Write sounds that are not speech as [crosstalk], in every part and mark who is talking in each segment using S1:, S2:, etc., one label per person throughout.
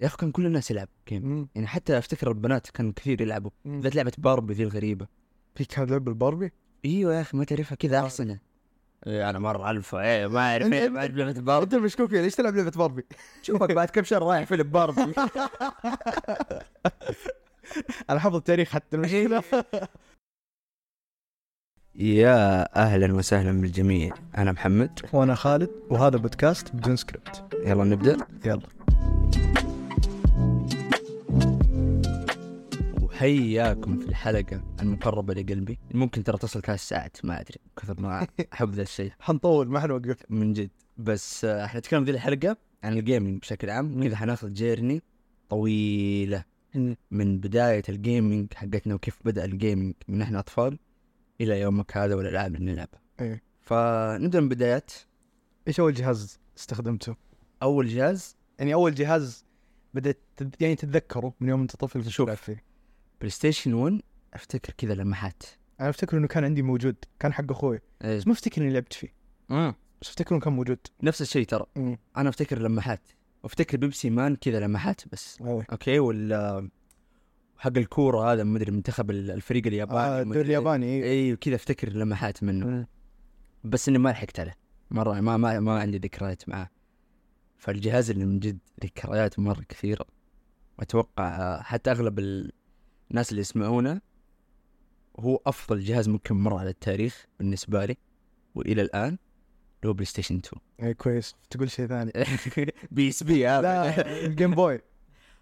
S1: يا اخي كان كل الناس يلعب جيم
S2: مم.
S1: يعني حتى افتكر البنات كان كثير يلعبوا
S2: مم.
S1: ذات لعبه باربي ذي الغريبه
S2: في كان لعب الباربي
S1: ايوه يا اخي ما تعرفها كذا احصنه إيه انا مره الفا ايه ما اعرف
S2: أنت-
S1: ايه ما اعرف لعبه
S2: انت
S1: باربي
S2: المشكوك فيه ليش تلعب لعبه باربي؟
S1: [laughs] شوفك بعد كم شهر رايح فيلم
S2: [laughs]
S1: باربي
S2: انا حافظ التاريخ حتى
S1: إيه.
S2: المشكله
S1: [laughs] يا اهلا وسهلا بالجميع انا محمد
S2: وانا خالد وهذا بودكاست بدون سكريبت
S1: يلا نبدا
S2: يلا
S1: وحياكم في الحلقه المقربه لقلبي ممكن ترى تصل ثلاث ساعات ما ادري كثر
S2: [laughs]
S1: ما احب ذا الشيء
S2: حنطول ما حنوقف
S1: من جد بس آه، احنا نتكلم ذي الحلقه عن الجيمنج بشكل عام كذا حناخذ جيرني طويله
S2: مم.
S1: من بدايه الجيمنج حقتنا وكيف بدا الجيمنج من احنا اطفال الى يومك هذا والالعاب اللي نلعبها
S2: إيه.
S1: فنبدا من بدايات
S2: ايش اول جهاز استخدمته؟
S1: اول جهاز
S2: يعني اول جهاز بدات تت- يعني تتذكره من يوم انت طفل كنت
S1: شوف.
S2: تلعب فيه
S1: بلاي ستيشن 1 افتكر كذا لمحات
S2: انا افتكر انه كان عندي موجود كان حق اخوي
S1: إيه.
S2: بس ما افتكر اني لعبت فيه بس افتكر انه كان موجود
S1: نفس الشيء ترى
S2: مم.
S1: انا افتكر لمحات وافتكر بيبسي مان كذا لمحات بس
S2: آه،
S1: اوكي ولا حق الكوره هذا ما ادري منتخب الفريق الياباني
S2: آه، الدوري الياباني إيه.
S1: اي وكذا افتكر لمحات منه
S2: مم.
S1: بس اني ما لحقت عليه مره ما ما, ما عندي ذكريات معاه فالجهاز اللي من جد ذكريات مره كثيره اتوقع آه، حتى اغلب ال- الناس اللي يسمعونا هو افضل جهاز ممكن مر على التاريخ بالنسبه لي والى الان اللي هو بلاي ستيشن
S2: ايه كويس تقول شيء ثاني
S1: 2 [laughs] بي اس بي
S2: لا
S1: هذا
S2: الجيم بوي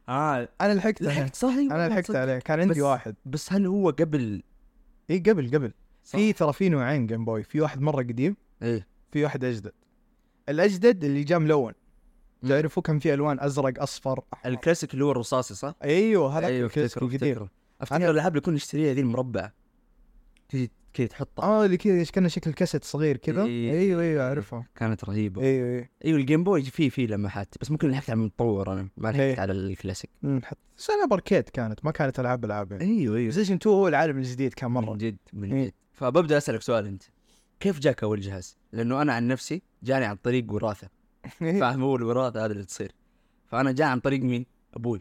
S1: اه
S2: انا لحقت عليه. [laughs]
S1: لحقت صح أيوة،
S2: انا
S1: والله
S2: لحقت
S1: تصدق.
S2: عليه كان عندي
S1: بس-
S2: واحد
S1: بس هل هو قبل
S2: اي قبل قبل في
S1: في
S2: ترى في نوعين جيم بوي في واحد مره قديم
S1: ايه
S2: في واحد اجدد الاجدد اللي جاء ملون
S1: مم.
S2: تعرفوا كان فيه الوان ازرق اصفر أحمر.
S1: الكلاسيك اللي هو الرصاصي صح؟
S2: ايوه هذا
S1: ايوه
S2: الكلاسيك
S1: افتكره
S2: القديم
S1: افتكره افتكر الالعاب اللي كنا نشتريها ذي المربعه تجي كذا تحطها
S2: اه اللي كذا ايش كان شكل كاسيت صغير كذا
S1: إيه.
S2: ايوه ايوه اعرفها
S1: كانت رهيبه
S2: ايوه ايوه
S1: ايوه الجيم بوي فيه فيه لمحات بس ممكن لحقت على المتطور انا ما لحقت
S2: إيه.
S1: على الكلاسيك
S2: مم، حط- بس انا باركيد كانت ما كانت العاب العاب يعني
S1: ايوه ايوه
S2: بلايستيشن 2 هو العالم الجديد كان
S1: من
S2: [laughs] مره
S1: جد من
S2: إيه.
S1: جد فببدا اسالك سؤال انت كيف جاك اول جهاز؟ لانه انا عن نفسي جاني عن طريق وراثه
S2: إيه.
S1: فاهم هو الوراثه هذا اللي تصير فانا جاء عن طريق مين؟ ابوي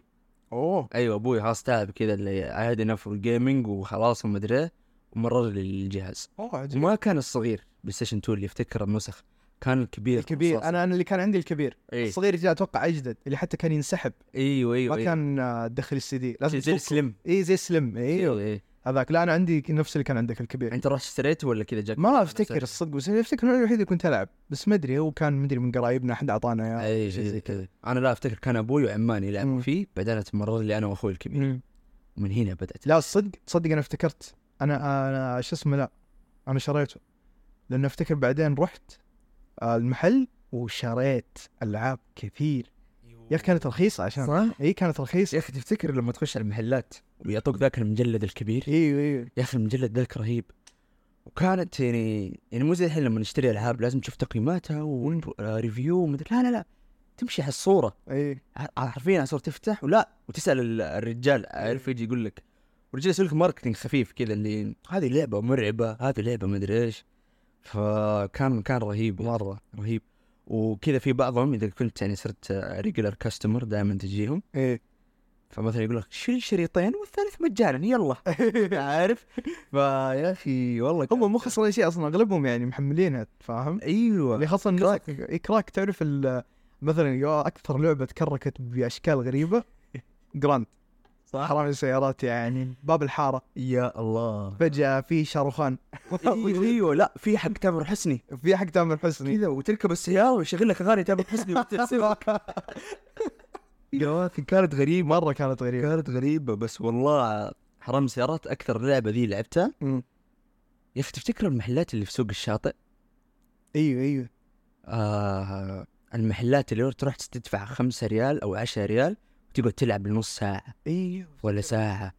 S2: اوه
S1: ايوه ابوي خلاص تعب كذا اللي عادي نفر الجيمنج وخلاص وما ادري إيه، ومرر لي الجهاز
S2: اوه عجيب
S1: وما كان الصغير بلاي ستيشن 2 اللي يفتكر النسخ كان الكبير
S2: الكبير انا انا اللي كان عندي الكبير
S1: إيه.
S2: الصغير جاء اتوقع اجدد اللي حتى كان ينسحب
S1: ايوه ايوه
S2: ما كان آه، تدخل السي دي لازم
S1: زي زي السلم
S2: اي زي سلم ايوه
S1: ايوه ايوه
S2: هذاك لا انا عندي نفس اللي كان عندك الكبير
S1: انت رحت اشتريته ولا كذا جاك
S2: ما افتكر الصدق بس افتكر انا الوحيد اللي كنت العب بس ما ادري هو كان مدري من قرايبنا احد اعطانا اياه
S1: اي
S2: شيء
S1: زي
S2: زي
S1: كذا انا إيه، لا افتكر كان ابوي وعماني يلعبوا
S2: مم.
S1: فيه بعدين تمرر لي انا واخوي الكبير
S2: مم.
S1: من هنا بدات
S2: لا الصدق تصدق انا افتكرت انا انا شو اسمه لا انا شريته لانه افتكر بعدين رحت آه، المحل وشريت العاب كثير يا اخي كانت رخيصه عشان
S1: صح؟
S2: اي كانت رخيصه
S1: يا اخي تفتكر لما تخش على المحلات ويعطوك ذاك المجلد الكبير
S2: ايوه ايوه
S1: يا اخي المجلد ذاك رهيب وكانت يعني يعني مو زي الحين لما نشتري العاب لازم تشوف تقييماتها وريفيو ومدري لا لا لا تمشي على الصوره
S2: اي
S1: ع- حرفيا على الصوره تفتح ولا وتسال ال- الرجال عارف يجي يقول لك والرجال يسوي لك ماركتينج خفيف كذا اللي هذه لعبه مرعبه هذه لعبه مدري ايش فكان كان رهيب مره رهيب وكذا في بعضهم اذا كنت يعني صرت ريجلر كاستمر دائما تجيهم
S2: اي
S1: فمثلا يقول لك شيل شريطين والثالث مجانا يلا [laughs] عارف فيا اخي والله كان-
S2: هم مو خسرانين شيء اصلا اغلبهم يعني محملينها فاهم
S1: ايوه
S2: اللي خاصه
S1: كراك.
S2: كراك إيه، كراك تعرف ال- مثلا يا اكثر لعبه تكركت باشكال غريبه جراند
S1: صح
S2: حرامي السيارات يعني باب الحاره
S1: يا
S2: [laughs]
S1: الله
S2: فجاه في [laughs] شاروخان
S1: ايوه ايوه لا في حق تامر حسني
S2: في حق تامر حسني
S1: كذا وتركب السياره ويشغل لك اغاني تامر حسني وأنت تسوق.
S2: [laughs]
S1: يا اخي كانت غريبه
S2: مره كانت غريبه
S1: كانت غريبه بس والله حرام السيارات اكثر لعبه ذي لعبتها
S2: مم.
S1: يا اخي تفتكر المحلات اللي في سوق الشاطئ
S2: ايوه ايوه
S1: آه المحلات اللي تروح تدفع خمسة ريال او عشرة ريال وتقعد تلعب لنص ساعه
S2: ايوه
S1: ولا ساعه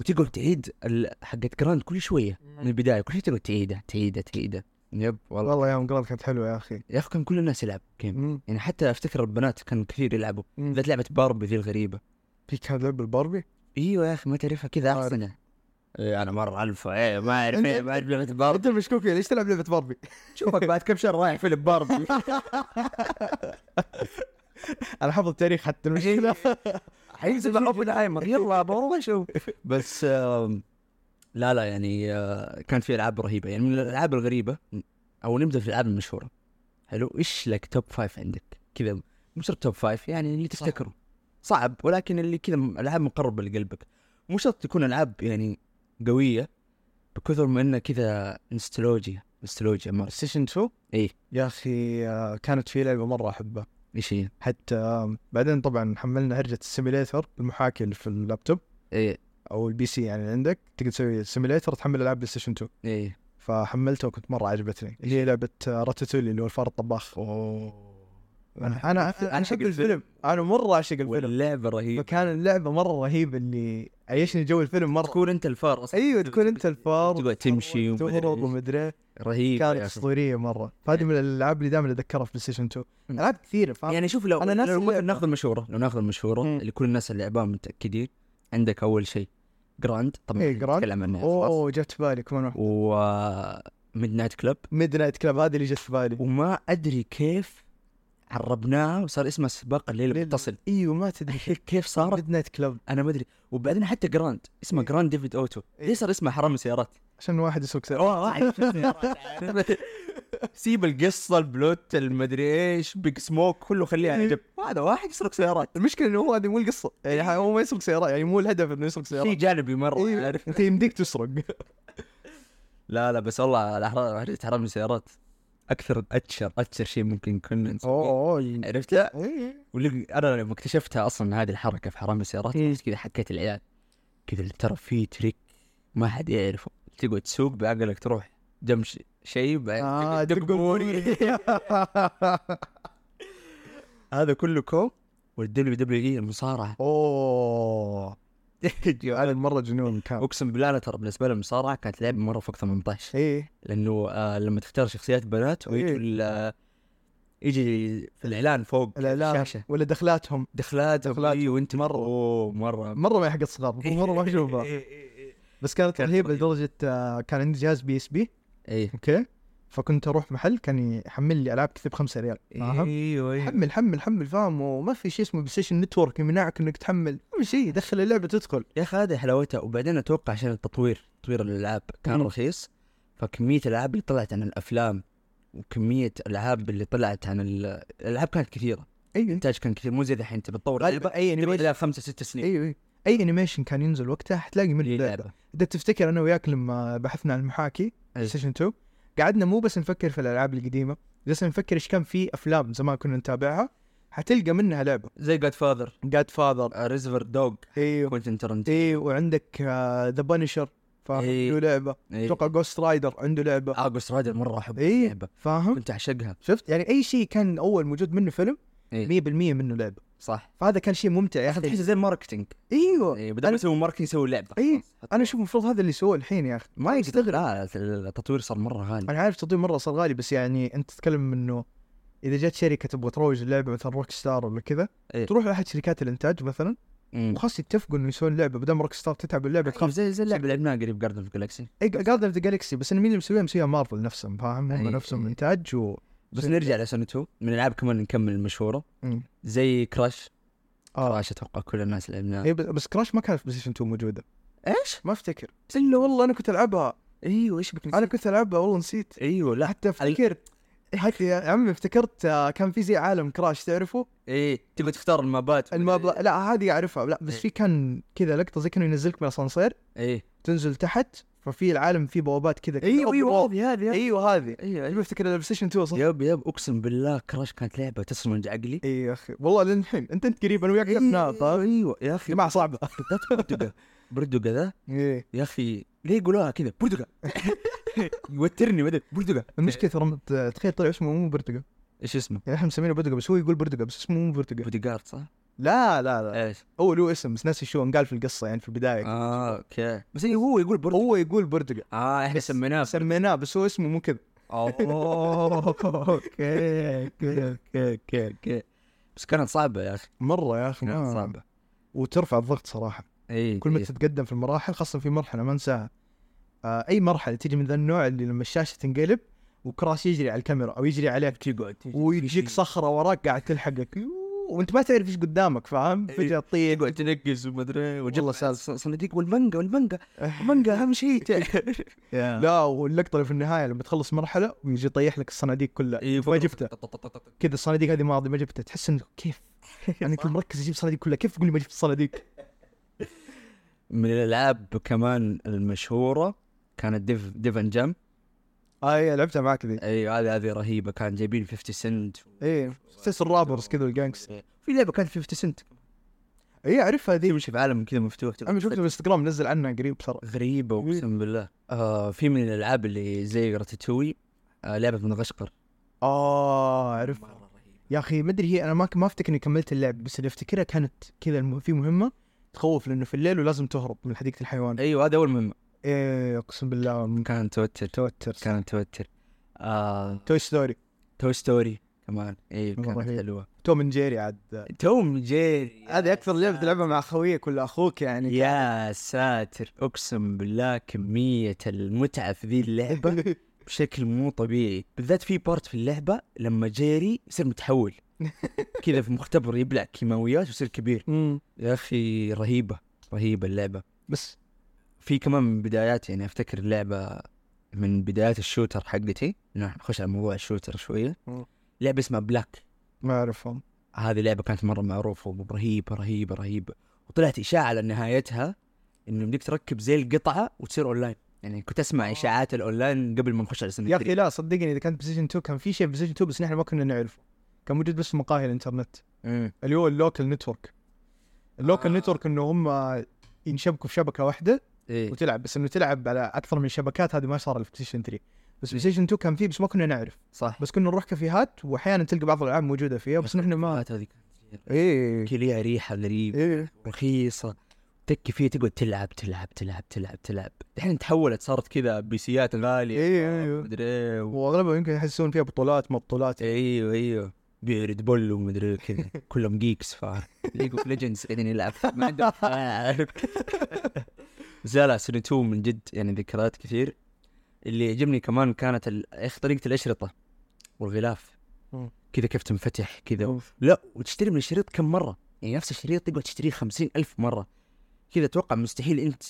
S1: وتقعد تعيد ال- حقت جراند كل شويه من البدايه كل شيء تقعد تعيده تعيده تعيده يب والله
S2: والله يوم جراند كانت حلوه يا اخي
S1: يا اخي كان كل الناس يلعب جيم
S2: مم.
S1: يعني حتى افتكر البنات كان كثير يلعبوا
S2: مم.
S1: ذات لعبه باربي ذي الغريبه
S2: في كان لعب الباربي
S1: ايوه يا اخي ما تعرفها كذا
S2: عارف.
S1: احسنه إيه انا مره الفا ايه ما اعرف
S2: أنت-
S1: ايه ما اعرف لعبه
S2: انت
S1: باربي
S2: المشكوك فيه ليش تلعب لعبه باربي؟
S1: شوفك بعد كم شهر رايح فيلم باربي
S2: انا حافظ التاريخ حتى [laughs] المشكله
S1: حينزل [laughs] مع اوبنهايمر يلا والله شوف بس آم، لا لا يعني آه، كان في العاب رهيبه يعني من الالعاب الغريبه او نبدا في الالعاب المشهوره حلو ايش لك توب فايف عندك كذا مش شرط توب فايف يعني اللي
S2: صح.
S1: تفتكره صعب ولكن اللي كذا م- العاب مقربه لقلبك مو شرط تكون العاب يعني قويه بكثر ما انها كذا نستولوجيا نستولوجيا مره
S2: ستيشن 2
S1: إيه.
S2: يا اخي آه، كانت في لعبه مره احبها
S1: ايش هي؟
S2: حتى آم، بعدين طبعا حملنا هرجه السيميليتر المحاكي اللي في اللابتوب
S1: ايه
S2: او البي سي يعني اللي عندك تقدر تسوي سيميليتر تحمل العاب بلاي ستيشن 2
S1: ايه
S2: فحملتها وكنت مره عجبتني اللي هي لعبه راتاتولي اللي هو الفار الطباخ
S1: اوه
S2: انا انا
S1: أنا أحب
S2: احب
S1: الفيلم.
S2: الفيلم انا مره اعشق الفيلم
S1: واللعبه رهيبه
S2: فكان اللعبه مره رهيبه اللي عيشني جو الفيلم مره
S1: تكون انت الفار اصلا
S2: ايوه تكون انت الفار
S1: تبغى تمشي ومدري
S2: تهرب
S1: إيش.
S2: ومدري إيه.
S1: رهيب
S2: كانت
S1: يا أخي.
S2: اسطوريه مره فهذه من الالعاب اللي دائما اتذكرها في بلاي ستيشن 2
S1: مم.
S2: العاب كثيره فاهم
S1: يعني شوف لو
S2: أنا ناسي
S1: لو مثلاً
S2: اللعبة.
S1: ناخذ المشهوره لو ناخذ المشهوره
S2: مم.
S1: اللي كل الناس اللي عباها متاكدين عندك اول شيء جراند طبعا
S2: إيه،
S1: إحنا
S2: Grand.
S1: نتكلم عنها خلاص
S2: اوه جت في بالي كمان واحده
S1: و ميد نايت كلب
S2: ميد نايت كلاب هذه اللي جت في بالي
S1: وما ادري كيف عربناها وصار اسمها سباق الليل
S2: ليل-
S1: المتصل
S2: ايوه ما تدري
S1: كيف صارت
S2: ميد نايت كلاب
S1: انا ما ادري وبعدين حتى جراند اسمه
S2: إيه.
S1: جراند ديفيد اوتو
S2: إيه.
S1: ليه صار اسمه حرامي سيارات
S2: عشان واحد يسوق سيارة
S1: اوه واحد يشوف
S2: [laughs]
S1: سيارات، عارف؟ [laughs] سيب القصه البلوت المدري ايش بيج سموك كله خليه على جنب هذا واحد يسرق سيارات
S2: المشكله انه هو هذه مو القصه يعني هو ما يسوق سيارات يعني مو الهدف انه يسوق
S1: شيء
S2: سيارات
S1: جانبي مره
S2: ايوه
S1: عارف
S2: انت يمديك تسرق
S1: لا لا بس والله الأحرار- حرية حرام السيارات اكثر اتشر اتشر شيء ممكن كنا نسويه.
S2: اوه
S1: عرفتها؟
S2: يعني. إيه.
S1: واللي انا لما اكتشفتها اصلا هذه الحركه في حرام السيارات
S2: إيه.
S1: بس كذا حكيت العيال كذا ترى في تريك ما حد يعرفه تقعد تسوق بعقلك تروح جنب ش- شيء بعدين
S2: اه
S1: آه، تقعد
S2: دق [laughs] بوري
S1: هذا كله كوم والدبليو دبليو اي المصارعه
S2: [laughs] اوه
S1: جوال.
S2: هذا مره جنون كان
S1: اقسم بالله انا ترى بالنسبه لي المصارعه كانت لعبه مره فوق 18
S2: ايه
S1: لانه آه لما تختار شخصيات بنات ويجوا
S2: إيه.
S1: ال- آه، يجي في الاعلان فوق
S2: الاعلان
S1: الشاشه
S2: ولا دخلاتهم
S1: دخلات إيه،
S2: دخلات.
S1: دخلات وانت
S2: مرة.
S1: اوه مره
S2: مره ما يحق صغار مره ما اشوفها
S1: ايه
S2: بس كانت
S1: إيه. كانت
S2: رهيبه
S1: رهيبة.
S2: لدرجه آه، كان عندي جهاز بي اس بي
S1: ايه
S2: اوكي فكنت اروح محل كان يحمل لي العاب كثير ب 5 ريال فاهم؟
S1: ايوه ايوه
S2: حمل حمل حمل فاهم وما في شيء اسمه بلاي ستيشن نتورك يمنعك انك تحمل ما في شيء دخل اللعبه تدخل
S1: يا اخي هذه حلاوتها وبعدين اتوقع عشان التطوير تطوير الالعاب كان
S2: مم.
S1: رخيص فكميه الالعاب اللي طلعت عن الافلام وكميه الالعاب اللي طلعت عن ال- الالعاب كانت كثيره
S2: ايوه
S1: الانتاج كان كثير مو زي الحين انت بتطور لعبه
S2: غالبا اي
S1: تبي
S2: انيميشن
S1: لها خمسة ستة سنين
S2: ايوه أيوة. اي انيميشن كان ينزل وقتها حتلاقي من
S1: إيه،
S2: اللعبه
S1: لعبه
S2: اذا تفتكر انا وياك لما بحثنا عن المحاكي
S1: أي.
S2: سيشن 2 قعدنا مو بس نفكر في الالعاب القديمه جلسنا نفكر ايش كان في افلام زمان كنا نتابعها حتلقى منها لعبه
S1: زي آه، جاد فاذر
S2: جاد فاذر
S1: ريزفر دوغ
S2: ايوه
S1: كوينتن ترنتينو
S2: ايوه وعندك ذا بانشر فاهم
S1: إيه.
S2: له لعبه اتوقع جوست رايدر عنده لعبه
S1: اغوست رايدر مره احب
S2: إيه.
S1: اللعبه
S2: فاهم
S1: كنت اعشقها
S2: شفت يعني اي شيء كان اول موجود منه فيلم 100%
S1: إيه.
S2: منه لعبه
S1: صح
S2: فهذا كان شيء ممتع يا
S1: يا اخي
S2: اخي
S1: تحسه زي ماركتينج
S2: ايوه
S1: إيه، بدل ما
S2: أنا-
S1: يسوي ماركتينج يسوي لعبه
S2: إيه.
S1: خلاص. حط-
S2: انا اشوف المفروض هذا اللي يسووه الحين يا اخي
S1: ما أيوة. يستغرب لا التطوير صار مره غالي
S2: انا عارف تطوير مره صار غالي بس يعني انت تتكلم انه اذا جت شركه تبغى تروج اللعبه مثلا روك ستار ولا كذا
S1: إيه.
S2: تروح لاحد شركات الانتاج مثلا
S1: مم.
S2: وخلاص يتفقوا انه يسوون لعبه بدل ما روك ستار تتعب إيه، اللعبه
S1: أيوة،
S2: تخاف
S1: زي زي اللعبه اللي لعبناها قريب جاردن اوف جالكسي
S2: جاردن اوف ذا جالكسي بس إن مين اللي مسويها مسويها مارفل نفسهم فاهم هم
S1: أي-
S2: نفسهم
S1: أي.
S2: انتاج و
S1: بس
S2: زي-
S1: نرجع لسنة 2 من الالعاب كمان نكمل المشهوره
S2: مم.
S1: زي كراش
S2: آه.
S1: كراش اتوقع كل الناس لعبناها
S2: إيه ب- بس كراش ما كانت في بلايستيشن 2 موجوده
S1: ايش؟
S2: ما افتكر الا والله انا كنت العبها
S1: ايوه ايش بك
S2: انا كنت العبها والله نسيت
S1: ايوه لا
S2: حتى افتكرت حتى يا عمي افتكرت آه، كان في زي عالم كراش تعرفه
S1: ايه تبغى تختار المابات
S2: الماب لا هذه اعرفها لا بس
S1: إيه.
S2: في كان كذا لقطه زي كانه ينزلك من الاسانسير
S1: ايه
S2: تنزل تحت ففي العالم فيه بوابات كذا
S1: إيوه، هذه هذه
S2: ايوه أيوة، هذه
S1: ايوه
S2: ايوه افتكر البلاي ستيشن 2 صح
S1: يب يب اقسم بالله كراش كانت لعبه تصمج عقلي
S2: اي إيه يا اخي والله للحين انت انت قريب انا وياك طيب، شفناها
S1: ايوه
S2: فاهم؟
S1: ايوه يا اخي
S2: جماعه [laughs] صعبه
S1: بالذات بردقه بردقه ذا
S2: ايه
S1: يا اخي ليه يقولوها كذا بردقه [laughs] يوترني بدل بردقه
S2: المشكله ترى مت- تخيل طلع اسمه مو برتقا
S1: ايش اسمه؟
S2: يعني احنا مسمينه برتقا بس هو يقول برتقا بس اسمه مو برتقا
S1: بودي جارد صح؟
S2: لا لا لا
S1: ايش؟
S2: هو له اسم بس ناسي شو قال في القصه يعني في البدايه
S1: اه اوكي بس إيه، هو يقول بردقه
S2: هو يقول برتقا
S1: اه احنا
S2: بس-
S1: سميناه
S2: سميناه بس هو اسمه مو كذا
S1: اوه اوكي اوكي اوكي اوكي اوكي [laughs] بس كانت صعبه يا اخي
S2: مره يا اخي
S1: كانت إيه،
S2: ما-
S1: صعبه
S2: وترفع الضغط صراحه
S1: اي
S2: كل ما
S1: إي.
S2: تتقدم في المراحل خاصة في مرحلة ما انساها آه أي مرحلة تيجي من ذا النوع اللي لما الشاشة تنقلب وكراش يجري على الكاميرا أو يجري عليك
S1: تقعد
S2: ويجيك صخرة وراك قاعد تلحقك يوه، وانت ما تعرف ايش قدامك فاهم
S1: إيه.
S2: فجاه
S1: [laughs]
S2: تطيق
S1: يقعد ينقز ومدري
S2: والله سال.
S1: صناديق والمانجا [laughs] والمانجا المانجا اهم شيء لا
S2: لا واللقطه اللي في النهايه لما تخلص مرحله ويجي يطيح لك الصناديق كلها
S1: إيه.
S2: ما جبتها كذا الصناديق هذه ما ما جبتها تحس انه كيف يعني كنت مركز اجيب الصناديق كلها كيف تقول لي ما جبت الصناديق
S1: من الالعاب كمان المشهوره كانت ديف ديفن جام
S2: اي آه، إيه، لعبتها معك ذي
S1: ايوه هذه هذه رهيبه كان جايبين 50 سنت
S2: اي تحس الرابرز كذا والجانكس
S1: في لعبه كانت 50 سنت
S2: اي اعرفها ذي
S1: تمشي في عالم كذا مفتوح
S2: عمي شفته بالانستغرام نزل عنها قريب ترى
S1: غريبه اقسم بالله آه في من الالعاب اللي زي راتاتوي آه لعبه من غشقر
S2: اه اعرف
S1: رهيبه
S2: يا اخي ما ادري هي انا ما ما افتكر اني كملت اللعب بس اللي افتكرها كانت كذا الم- في مهمه تخوف لانه في الليل ولازم تهرب من حديقه الحيوان
S1: ايوه هذا اول مهمه
S2: ايه اقسم بالله من
S1: كان توتر
S2: توتر
S1: كان توتر آه
S2: توي ستوري
S1: توي ستوري كمان ايوه
S2: والله
S1: كانت
S2: رهيب.
S1: حلوه
S2: توم من جيري عاد
S1: توم جيري
S2: هذه اكثر لعبه تلعبها مع خويك ولا
S1: [laughs]
S2: اخوك يعني
S1: يا ساتر اقسم بالله كميه المتعه في ذي اللعبه بشكل مو طبيعي بالذات في بارت في اللعبه لما جيري يصير
S2: [laughs]
S1: متحول كذا في مختبر يبلع كيماويات ويصير كبير
S2: أمم.
S1: يا اخي رهيبه رهيبه اللعبه
S2: بس
S1: في كمان من بداياتي يعني افتكر اللعبه من بدايات الشوتر حقتي نروح نخش على موضوع الشوتر شويه
S2: مم.
S1: لعبه اسمها بلاك
S2: ما اعرفهم
S1: هذه لعبه كانت مره معروفه ورهيبه رهيبه رهيبه وطلعت اشاعه على نهايتها انه يمديك تركب زي القطعه وتصير اونلاين يعني كنت اسمع اشاعات الاونلاين قبل ما نخش على سنه
S2: آه. يا اخي لا صدقني اذا كانت بسيجن 2 كان في شيء بسيجن 2 بس نحن ما كنا نعرفه كان موجود بس في مقاهي الانترنت اللي هو اللوكل نتورك اللوكل
S1: آه.
S2: نتورك انه هم ينشبكوا في شبكه واحده
S1: إيه.
S2: وتلعب بس انه تلعب على اكثر من شبكات هذه ما صار في بلاي 3 بس
S1: إيه.
S2: بلاي 2 كان فيه بس ما كنا نعرف
S1: صح
S2: بس كنا نروح كافيهات واحيانا تلقى بعض الالعاب موجوده فيها بس نحن
S1: [laughs]
S2: ما
S1: آه، هذه
S2: ايه
S1: كان ليها ريحه غريبه
S2: ايه
S1: رخيصه تكي فيها تقعد تلعب تلعب تلعب تلعب تلعب الحين تحولت صارت كذا بيسيات غاليه
S2: إيه، إيه.
S1: مدري ايه و-
S2: واغلبها يمكن يحسون فيها بطولات ما بطولات
S1: ايوه ايوه بيرد بول ومدري كذا كلهم جيكس ف ليج اوف ليجندز قاعدين [laughs] يلعب ما عندهم [laughs] عارف. بس لا لا سنة 2 من جد يعني ذكريات كثير اللي عجبني كمان كانت ال- يا اخي طريقة الاشرطة والغلاف
S2: مم.
S1: كذا كيف تنفتح
S2: يعني.
S1: كذا لا وتشتري من الشريط كم مرة يعني نفس الشريط تقعد تشتريه خمسين ألف مرة كذا اتوقع مستحيل انت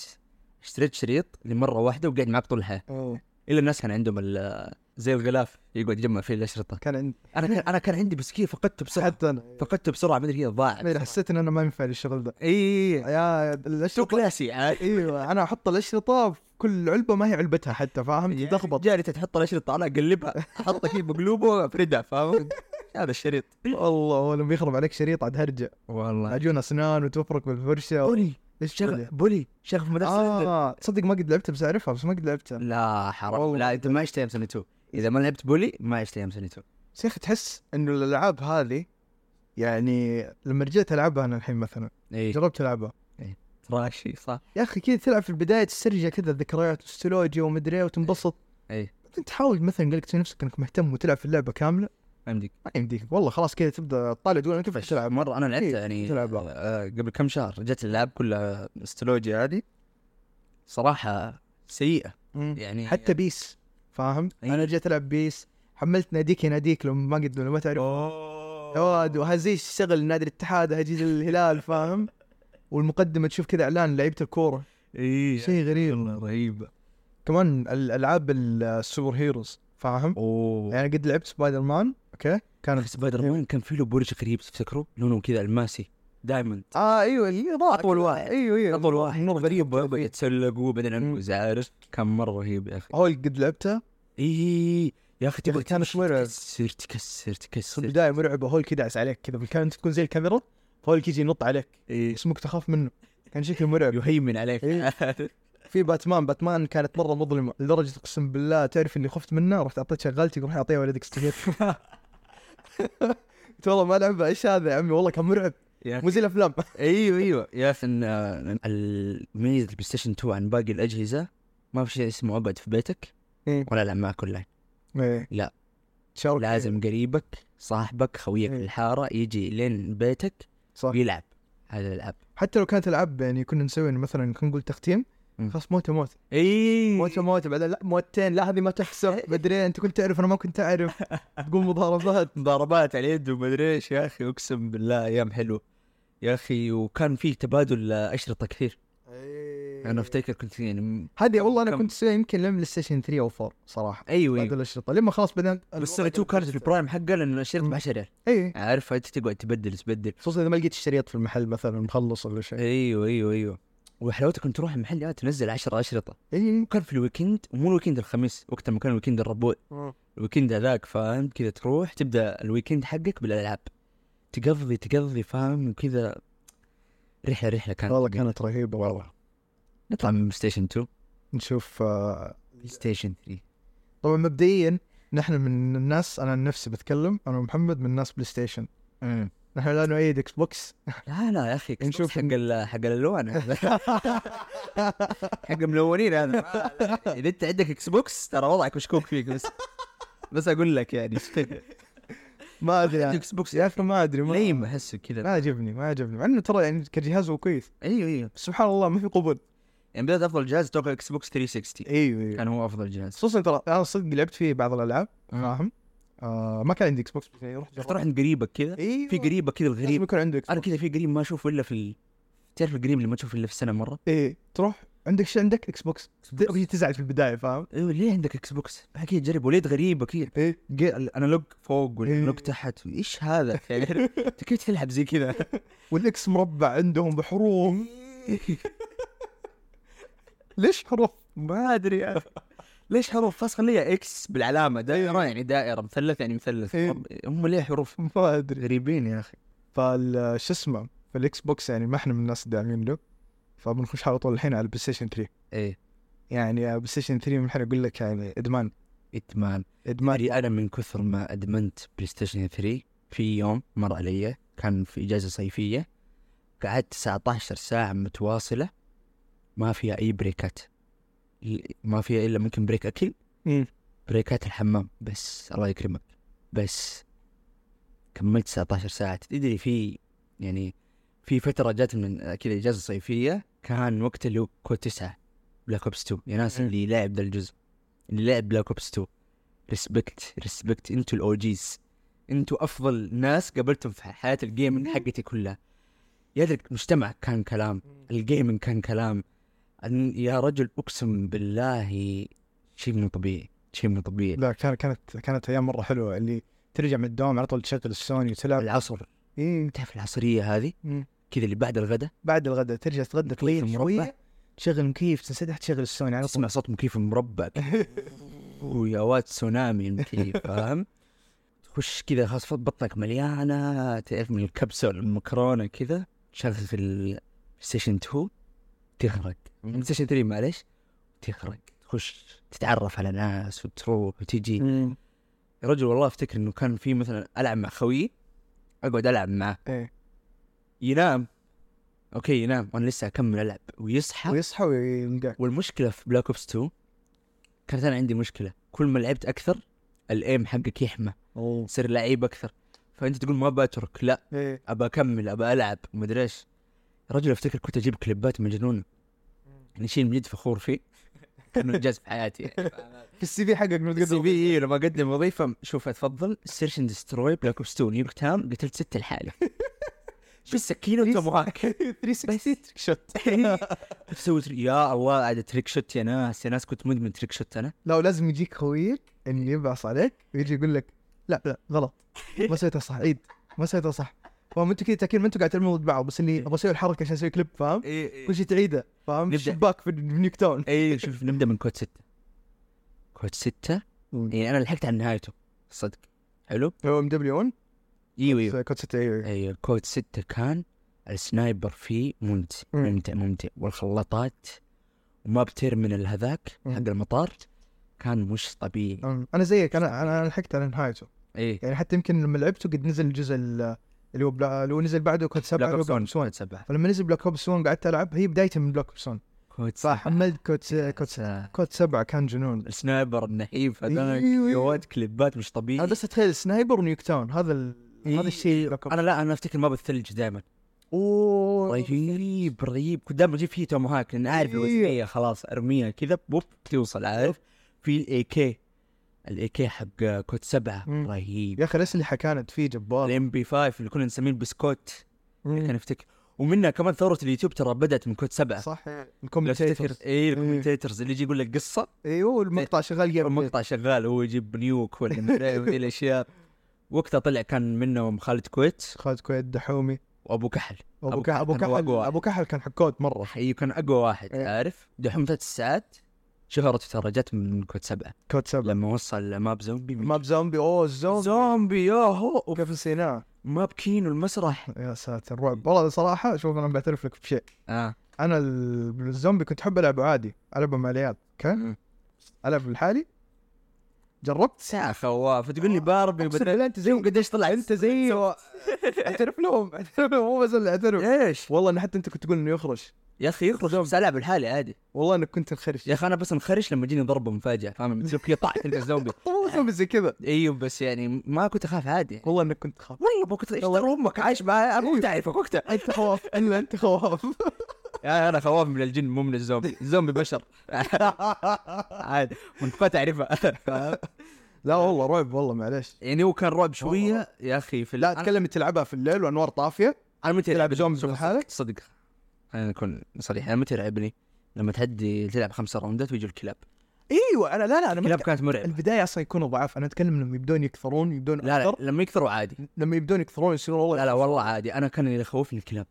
S1: اشتريت شريط لمرة واحدة وقاعد معك طول الحياة
S2: أوه.
S1: الا الناس كان عندهم ال- زي الغلاف يقعد يجمع فيه الاشرطة
S2: كان عندي
S1: انا كان انا كان عندي بس كذا فقدته بسرعه [laughs]
S2: حتى انا
S1: فقدته بسرعه ما ادري هي ضاع
S2: ما أدري، حسيت ان انا ما ينفع لي الشغل ده
S1: إيه، اي
S2: يا
S1: تو [laughs]
S2: الاشرطه
S1: كلاسي عاد.
S2: ايوه انا احط الاشرطه في كل علبه ما هي علبتها حتى
S1: إيه.
S2: فاهم تلخبط
S1: جاري تحط الاشرطه انا اقلبها احطها كذا مقلوبه وافردها فاهم هذا الشريط
S2: والله لما يخرب عليك شريط عاد هرجع [laughs]
S1: والله
S2: عجون اسنان وتفرك بالفرشه و...
S1: بولي
S2: ايش
S1: شغل
S2: شغل
S1: بولي شغل في مدرسه
S2: اه تصدق ما قد لعبتها بس اعرفها بس ما قد لعبتها
S1: لا حرام
S2: والله.
S1: لا انت ما عشت ايام سنه 2 اذا ما لعبت بولي ما عشت ايام سنه 2
S2: بس يا اخي تحس انه الالعاب هذه يعني لما رجعت العبها انا الحين مثلا
S1: اي
S2: جربت العبها
S1: تراشي صح
S2: يا اخي كذا تلعب في البدايه تسترجع كذا الذكريات واستولوجيا ومدري إيه وتنبسط
S1: إيه.
S2: بعدين تحاول مثلا قلت نفسك انك مهتم وتلعب في اللعبه كامله
S1: ما يمديك
S2: ما يمديك والله خلاص كذا تبدا تطالع تقول انا كيف ألعب؟
S1: تلعب مره انا لعبتها
S2: إيه،
S1: يعني
S2: تلعبها.
S1: آه، قبل كم شهر رجعت الالعاب كلها استولوجيا هذه صراحه سيئه يعني
S2: حتى بيس فاهم؟
S1: أي.
S2: انا رجعت العب بيس حملت ناديك يناديك لما ما قد لما ما تعرف يا
S1: اوه
S2: واد وهزيش شغل نادي الاتحاد هجيز الهلال فاهم؟ والمقدمه تشوف كذا اعلان لعيبه الكوره
S1: اي
S2: شيء غريب
S1: والله رهيبه
S2: كمان الالعاب ال- السوبر هيروز فاهم؟
S1: اوه
S2: يعني قد لعبت سبايدر مان اوكي؟ كانت
S1: سبايدر مان كان في له برج غريب تفتكروا لونه كذا الماسي إيه. دايموند
S2: اه ايوه اللي ضاع
S1: إيه، أطول واحد.
S2: ايوه ايوه
S1: اطول واحد
S2: نور غريب
S1: يبغى يتسلق وبعدين انقز عارف كان مره رهيب يا اخي
S2: هول قد لعبته
S1: اي إيه، يا اخي تبغى
S2: كان
S1: تمشي
S2: مرعب.
S1: تكسر تكسر
S2: في
S1: تكسر
S2: البدايه مرعبه هول كدعس عليك كذا بالكاميرا تكون زي الكاميرا هول يجي ينط عليك
S1: إيه.
S2: بس ممكن تخاف منه كان شكله مرعب
S1: يهيمن عليك
S2: إيه. في باتمان باتمان كانت مره مظلمه لدرجه اقسم بالله تعرف اللي خفت منه رحت اعطيت شغالتي روح اعطيها ولدك استفيد قلت والله ما العبها ايش هذا يا عمي والله كان مرعب
S1: [laughs] يا
S2: مو زي الافلام
S1: ايوه ايوه يا اخي ان آه، ال- ميزه البلاي ستيشن 2 عن باقي الاجهزه ما في شيء اسمه ابد في بيتك
S2: إيه.
S1: ولا العب معك اونلاين
S2: إيه.
S1: لا.
S2: شارك
S1: لازم قريبك صاحبك خويك
S2: إيه.
S1: الحاره يجي لين بيتك
S2: صح
S1: ويلعب هذا الالعاب
S2: حتى لو كانت العاب يعني كنا نسوي مثلا كنا نقول تختيم
S1: مم.
S2: خلاص موته موته
S1: اي
S2: موته موته بعدين لا موتين لا هذه ما تحسب مدري انت كنت تعرف انا ما كنت اعرف تقوم مضاربات
S1: ضربات على يده ومدري ايش يا اخي اقسم بالله ايام حلوه يا اخي وكان في تبادل آه، اشرطه كثير انا افتكر كنت يعني م-
S2: هذه والله انا
S1: كم؟
S2: كنت اسويها يمكن لما بلاي ستيشن 3 او 4 صراحه بعد
S1: ايوه
S2: الاشرطه لما خلاص بعدين
S1: بس 2 كانت البرايم حقه لانه الشريط
S2: مم.
S1: ب 10 ريال
S2: اي
S1: عارف انت تقعد تبدل تبدل
S2: خصوصا اذا ما لقيت الشريط في المحل مثلا مخلص ولا شيء
S1: ايوه ايوه ايوه وحلاوتك كنت تروح المحل يا تنزل 10 اشرطه
S2: اي
S1: وكان في الويكند ومو الويكند الخميس وقتها ما كان الويكند الربوع الويكند هذاك فاهم كذا تروح تبدا الويكند حقك بالالعاب تقضي تقضي فاهم وكذا رحله رحله كانت
S2: والله كانت رهيبه والله
S1: نطلع من بلاي ستيشن 2
S2: نشوف آه،
S1: بلاي ستيشن 3
S2: طبعا مبدئيا نحن من الناس انا عن نفسي بتكلم انا ومحمد من الناس بلاي ستيشن نحن لا نؤيد اكس بوكس
S1: لا لا يا اخي
S2: نشوف
S1: نشوف حق ال- حق الالوان هذا. حق الملونين هذا اذا انت عندك اكس بوكس ترى وضعك مشكوك فيك بس بس اقول لك يعني
S2: ما ادري يعني.
S1: اكس [laughs] بوكس
S2: [laughs] يا اخي ما ادري ما
S1: ليم احسه كذا
S2: ما عجبني ما عجبني مع انه ترى يعني كجهاز هو كويس
S1: ايوه ايوه
S2: بس سبحان الله ما في قبول
S1: يعني بدات افضل جهاز توقع اكس بوكس 360
S2: ايوه ايوه
S1: كان هو افضل جهاز
S2: خصوصا ترى انا صدق لعبت فيه بعض الالعاب فاهم آه ما كان عندي اكس بوكس يعني رحت
S1: تروح عند قريبك كذا
S2: ايوه
S1: في قريبك كذا
S2: لازم
S1: الغريب
S2: يكون عندك
S1: انا كذا في قريب ما اشوفه الا في ال... تعرف القريب اللي ما تشوفه الا في السنه مره
S2: ايه تروح عندك شيء عندك اكس بوكس د- هي تزعل في البدايه فاهم
S1: ايوه ليه عندك اكس بوكس؟ اكيد جرب وليد غريبه كذا
S2: ايه
S1: جي- الانالوج فوق والانالوج تحت ايش هذا؟ يعني انت كيف تلعب زي كذا؟
S2: والاكس مربع عندهم
S1: [laughs]
S2: بحروم ليش حروف؟
S1: ما ادري يا أخي. ليش حروف خلاص خليها اكس بالعلامه دائره يعني دائره مثلث يعني مثلث
S2: إيه.
S1: طب هم ليه حروف
S2: [laughs] ما ادري
S1: غريبين يا اخي
S2: فال شو اسمه فالاكس بوكس يعني ما احنا من الناس الداعمين له فبنخش على طول الحين على البلاي ستيشن 3
S1: ايه
S2: يعني بلاي ستيشن 3 من الحين اقول لك يعني ادمان
S1: ادمان
S2: ادمان
S1: أدري انا من كثر ما ادمنت بلاي ستيشن 3 في يوم مر علي كان في اجازه صيفيه قعدت 19 ساعه متواصله ما فيها اي بريكات ما فيها الا ممكن بريك اكل
S2: مم.
S1: بريكات الحمام بس الله يكرمك بس كملت 19 ساعه تدري في يعني في فتره جات من كذا اجازه صيفيه كان وقت اللي هو كود 9 بلاك اوبس 2 يا ناس
S2: مم.
S1: اللي لاعب ذا الجزء اللي لاعب بلاك اوبس 2 ريسبكت ريسبكت انتوا الاو جيز انتوا افضل ناس قابلتهم في حياه الجيمنج حقتي كلها يا ذا المجتمع كان كلام الجيمنج كان كلام أن- يا رجل اقسم بالله شيء مو طبيعي شيء مو طبيعي
S2: لا كان كانت كانت ايام مره حلوه اللي ترجع من الدوام على طول تشغل السوني وتلعب
S1: العصر
S2: إيه.
S1: تعرف العصريه هذه
S2: مم.
S1: كذا اللي بعد الغداء
S2: بعد الغداء ترجع تتغدى
S1: مكيف
S2: طويل
S1: مربع.
S2: شويه تشغل مكيف تنسدح تشغل السوني على
S1: تسمع
S2: طول
S1: صوت مكيف مربع
S2: [laughs]
S1: كده. ويا واد تسونامي المكيف فاهم تخش كذا خلاص بطنك مليانه تعرف من الكبسه ولا المكرونه كذا تشغل في الستيشن 2 تخرج من ستيشن 3 معليش تخرج تخش تتعرف على ناس وتروح وتجي
S2: مم.
S1: يا رجل والله افتكر انه كان في مثلا العب مع خويي اقعد العب معاه
S2: إيه.
S1: ينام اوكي ينام وانا لسه اكمل العب ويصحى
S2: ويصحى ويلقاك
S1: والمشكله في بلاك اوبس 2 كانت انا عندي مشكله كل ما لعبت اكثر الايم حقك يحمى تصير لعيب اكثر فانت تقول ما بترك لا
S2: إيه.
S1: ابى اكمل ابى العب مدري ايش رجل افتكر كنت اجيب كليبات مجنونه يعني شيء من جد فخور فيه كانه انجاز في حياتي يعني
S2: في السي في حقك من
S1: [laughs] السي في إيه، لما اقدم وظيفه شوف اتفضل سيرش اند دستروي بلاك اوبس 2 نيويورك تايم قتلت سته لحالي شو السكينه وانت معاك
S2: 360 تريك شوت
S1: [laughs] تسوي تري- يا الله قاعد تريك شوت يا ناس يا ناس كنت مدمن تريك شوت انا
S2: لا ولازم يجيك خويك اللي يبعص عليك ويجي يقول لك لا لا
S1: [laughs]
S2: غلط ما سويتها صح عيد ما سويتها صح فاهم انتوا كذا تاكيد ما انتوا قاعد ترموا ضد بعض بس اني ابغى اسوي الحركه عشان اسوي كليب فاهم كل شيء تعيده فاهم
S1: إيه. نبدأ.
S2: شباك في نيوك تاون
S1: اي إيه، شوف نبدا من كود ستة كود ستة يعني انا لحقت على نهايته صدق حلو
S2: هو ام دبليو 1
S1: ايوه ايوه
S2: كود 6 ايوه
S1: ايوه كود ستة كان السنايبر فيه ممتع
S2: مم.
S1: ممتع ممتع والخلاطات وما بترمينال هذاك
S2: مم.
S1: حق المطار كان مش طبيعي
S2: أمم. انا زيك انا انا أنا لحقت على نهايته
S1: ايه
S2: يعني حتى يمكن لما لعبته قد نزل الجزء ال- اللي هو بلا... اللي هو نزل بعده كود 7
S1: بلاك
S2: اللي هو
S1: اوبس 1
S2: Black Ops
S1: كود
S2: 1
S1: سبعة
S2: فلما نزل بلاك اوبس 1 قعدت العب هي بدايته من بلاك اوبس 1
S1: كود
S2: حملت كود س- كود س-
S1: سبعة.
S2: كود 7 كان جنون
S1: السنايبر النحيف هذاك
S2: أيوة.
S1: يا واد كليبات مش طبيعي إيه.
S2: انا بس اتخيل سنايبر ونيوك تاون هذا ال... هذا الشيء
S1: انا لا انا افتكر ما بالثلج دائما
S2: اوه
S1: طيب، رهيب رهيب كنت دائما اجيب فيه توم هاك لان عارف
S2: إيه.
S1: الوزنيه إيه، خلاص ارميها كذا بوب توصل عارف في الاي كي الاي كي حق كود سبعه
S2: مم.
S1: رهيب
S2: يا اخي الاسلحه كانت فيه جبار
S1: الام بي 5 اللي كنا نسميه البسكوت
S2: مم.
S1: كان افتكر ومنها كمان ثوره اليوتيوب ترى بدات من كود سبعه
S2: صح إيه.
S1: لو
S2: الكومنتيتر
S1: تفتكر اي الكومنتيترز اللي يجي يقول لك قصه
S2: ايوه المقطع شغال جيم
S1: المقطع شغال هو يجيب نيوك ولا مدري إيه، وذي الاشياء وقتها طلع كان منهم خالد كويت
S2: خالد كويت دحومي
S1: وابو كحل
S2: ابو
S1: أبو
S2: كحل
S1: كحل
S2: ابو
S1: كان
S2: كحل
S1: أقوى.
S2: ابو كحل كان حكوت مره
S1: راح كان اقوى واحد
S2: إيه.
S1: عارف دحوم ثلاث ساعات شهرته ترى جت من كود سبعه
S2: كود سبعه
S1: لما وصل ماب زومبي
S2: ماب زومبي اوه الزومبي
S1: زومبي ياهو
S2: كيف نسيناه
S1: ماب كينو المسرح
S2: يا ساتر رعب والله صراحه شوف انا بعترف لك بشيء
S1: اه
S2: انا ال- الزومبي كنت احب العبه عادي العبه مع العيال اوكي
S1: مم.
S2: العب لحالي جربت
S1: ساعة خواف تقول لي باربي
S2: اقسم بالله انت زي
S1: [laughs] زي قديش طلع انت زي
S2: اعترف لهم اعترف لهم مو بس اللي اعترف
S1: ايش
S2: والله ان حتى انت كنت تقول انه يخرش
S1: يا اخي يخرج بس العب لحالي عادي
S2: والله انك كنت نخرش
S1: يا اخي انا بس انخرش لما جيني ضربه مفاجاه فاهم بتصير كذا طاح تلقى [laughs] الزومبي
S2: طبعا زومبي زي كذا
S1: ايوه بس يعني ما كنت اخاف عادي
S2: والله انك كنت تخاف
S1: والله ما كنت ايش ترى امك عايش معي انا كنت اعرفك وقتها
S2: انت خواف الا انت خواف
S1: [laughs] يا انا خواف من الجن مو من الزومبي الزومبي بشر [laughs] عادي منطقات اعرفها
S2: [laughs] لا والله رعب والله معليش
S1: [laughs] يعني هو كان رعب شويه يا اخي في
S2: لا
S1: أنا-
S2: اتكلم تلعبها في الليل وانوار طافيه
S1: انا متى
S2: تلعب زومبي
S1: شوف
S2: لحالك؟
S1: صدق خلينا نكون صريح انا متى يلعبني لما تهدي تلعب خمسة راوندات ويجوا الكلاب
S2: ايوه انا لا لا انا ما
S1: الكلاب كانت مرعبه
S2: البدايه اصلا يكونوا ضعاف انا اتكلم لما يبدون يكثرون يبدون
S1: لا لا
S2: اكثر
S1: لما يكثروا عادي
S2: لما يبدون يكثرون يصيرون والله
S1: لا لا والله عادي انا كان اللي يخوفني الكلاب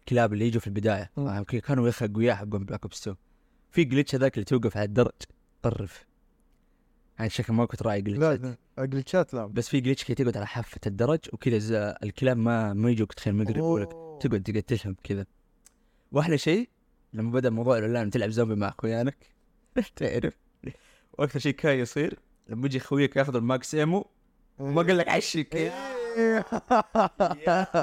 S1: الكلاب اللي يجوا في البدايه
S2: مم.
S1: آه، اوكي كانوا يا اخي اقوياء حقهم بلاك اوبس 2 في جلتش هذاك اللي توقف على الدرج طرف انا شكل ما كنت راعي
S2: لا
S1: جلتشات
S2: لا جلتشات لا
S1: بس في جلتش كذا تقعد على حافه الدرج وكذا ز- الكلاب ما ما يجوك تخيل ما يقربوا لك
S2: أوه.
S1: تقعد تقتلهم كذا واحلى شيء لما بدا موضوع الاونلاين تلعب زومبي مع اخوانك [laughs] تعرف واكثر شيء كان يصير لما يجي اخويك ياخذ الماكس ايمو وما قال لك عشك
S2: إيه.
S1: يا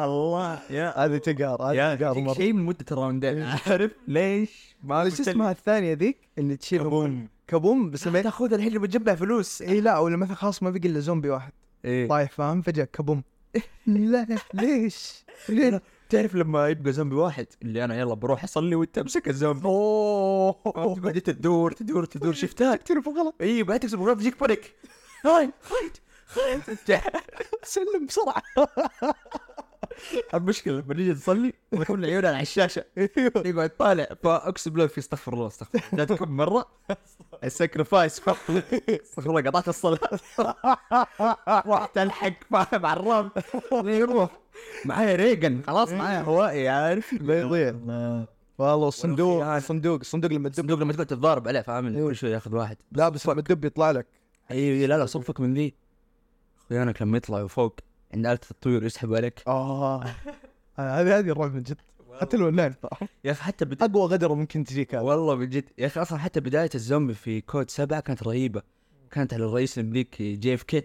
S1: الله يا
S2: هذه تقهر هذه تقهر
S1: يا
S2: مره
S1: شيء من مده راوندين عارف ليش؟
S2: معلش
S1: قلت لي.
S2: اسمها الثانية ذيك اللي تشيل
S1: كابوم
S2: كابوم بس لما
S1: تاخذها الحين اللي بتجمع فلوس
S2: اي لا ولا مثلا خلاص ما بقي الا زومبي واحد
S1: ايه
S2: طايح فاهم فجأة كابوم لا ليش؟ ليه؟
S1: تعرف لما يبقى زومبي واحد اللي انا يلا بروح اصلي وانت امسك الزومبي
S2: اوه
S1: تقعد انت تدور تدور تدور شفتات
S2: تكتب غلط
S1: اي بعد تكسب طيب، غلط يجيك بانيك هاي خايت
S2: سلم
S1: [laughs]
S2: بسرعة
S1: المشكله لما نيجي نصلي ونكون عيوننا على الشاشه
S2: ايوه
S1: يقعد طالع فاقسم بالله في استغفر الله استغفر الله جات كم مره السكرفايس استغفر الله قطعت [laughs] الصلاه رحت الحق فاهم على الرب يروح معايا ريجن
S2: Э.
S1: خلاص معايا هوائي عارف
S2: لا يضيع والله الصندوق
S1: والخيانة.
S2: الصندوق الصندوق لما تدب
S1: الصندوق لما تقعد تتضارب عليه فاهم كل شوي ياخذ واحد
S2: لا بس لما تدب يطلع لك
S1: اي أيوة، لا لا صفك من ذي اخوانك لما يطلعوا فوق عند آلة الطيور يسحبوا عليك
S2: اه هذه هذه الرعب من جد حتى لو اللاين
S1: يا اخي حتى بد...
S2: اقوى غدره ممكن تجيك هذا
S1: والله من جد يا اخي اصلا حتى بدايه الزومبي في كود سبعه كانت رهيبه كانت على الرئيس الامريكي جي اف كي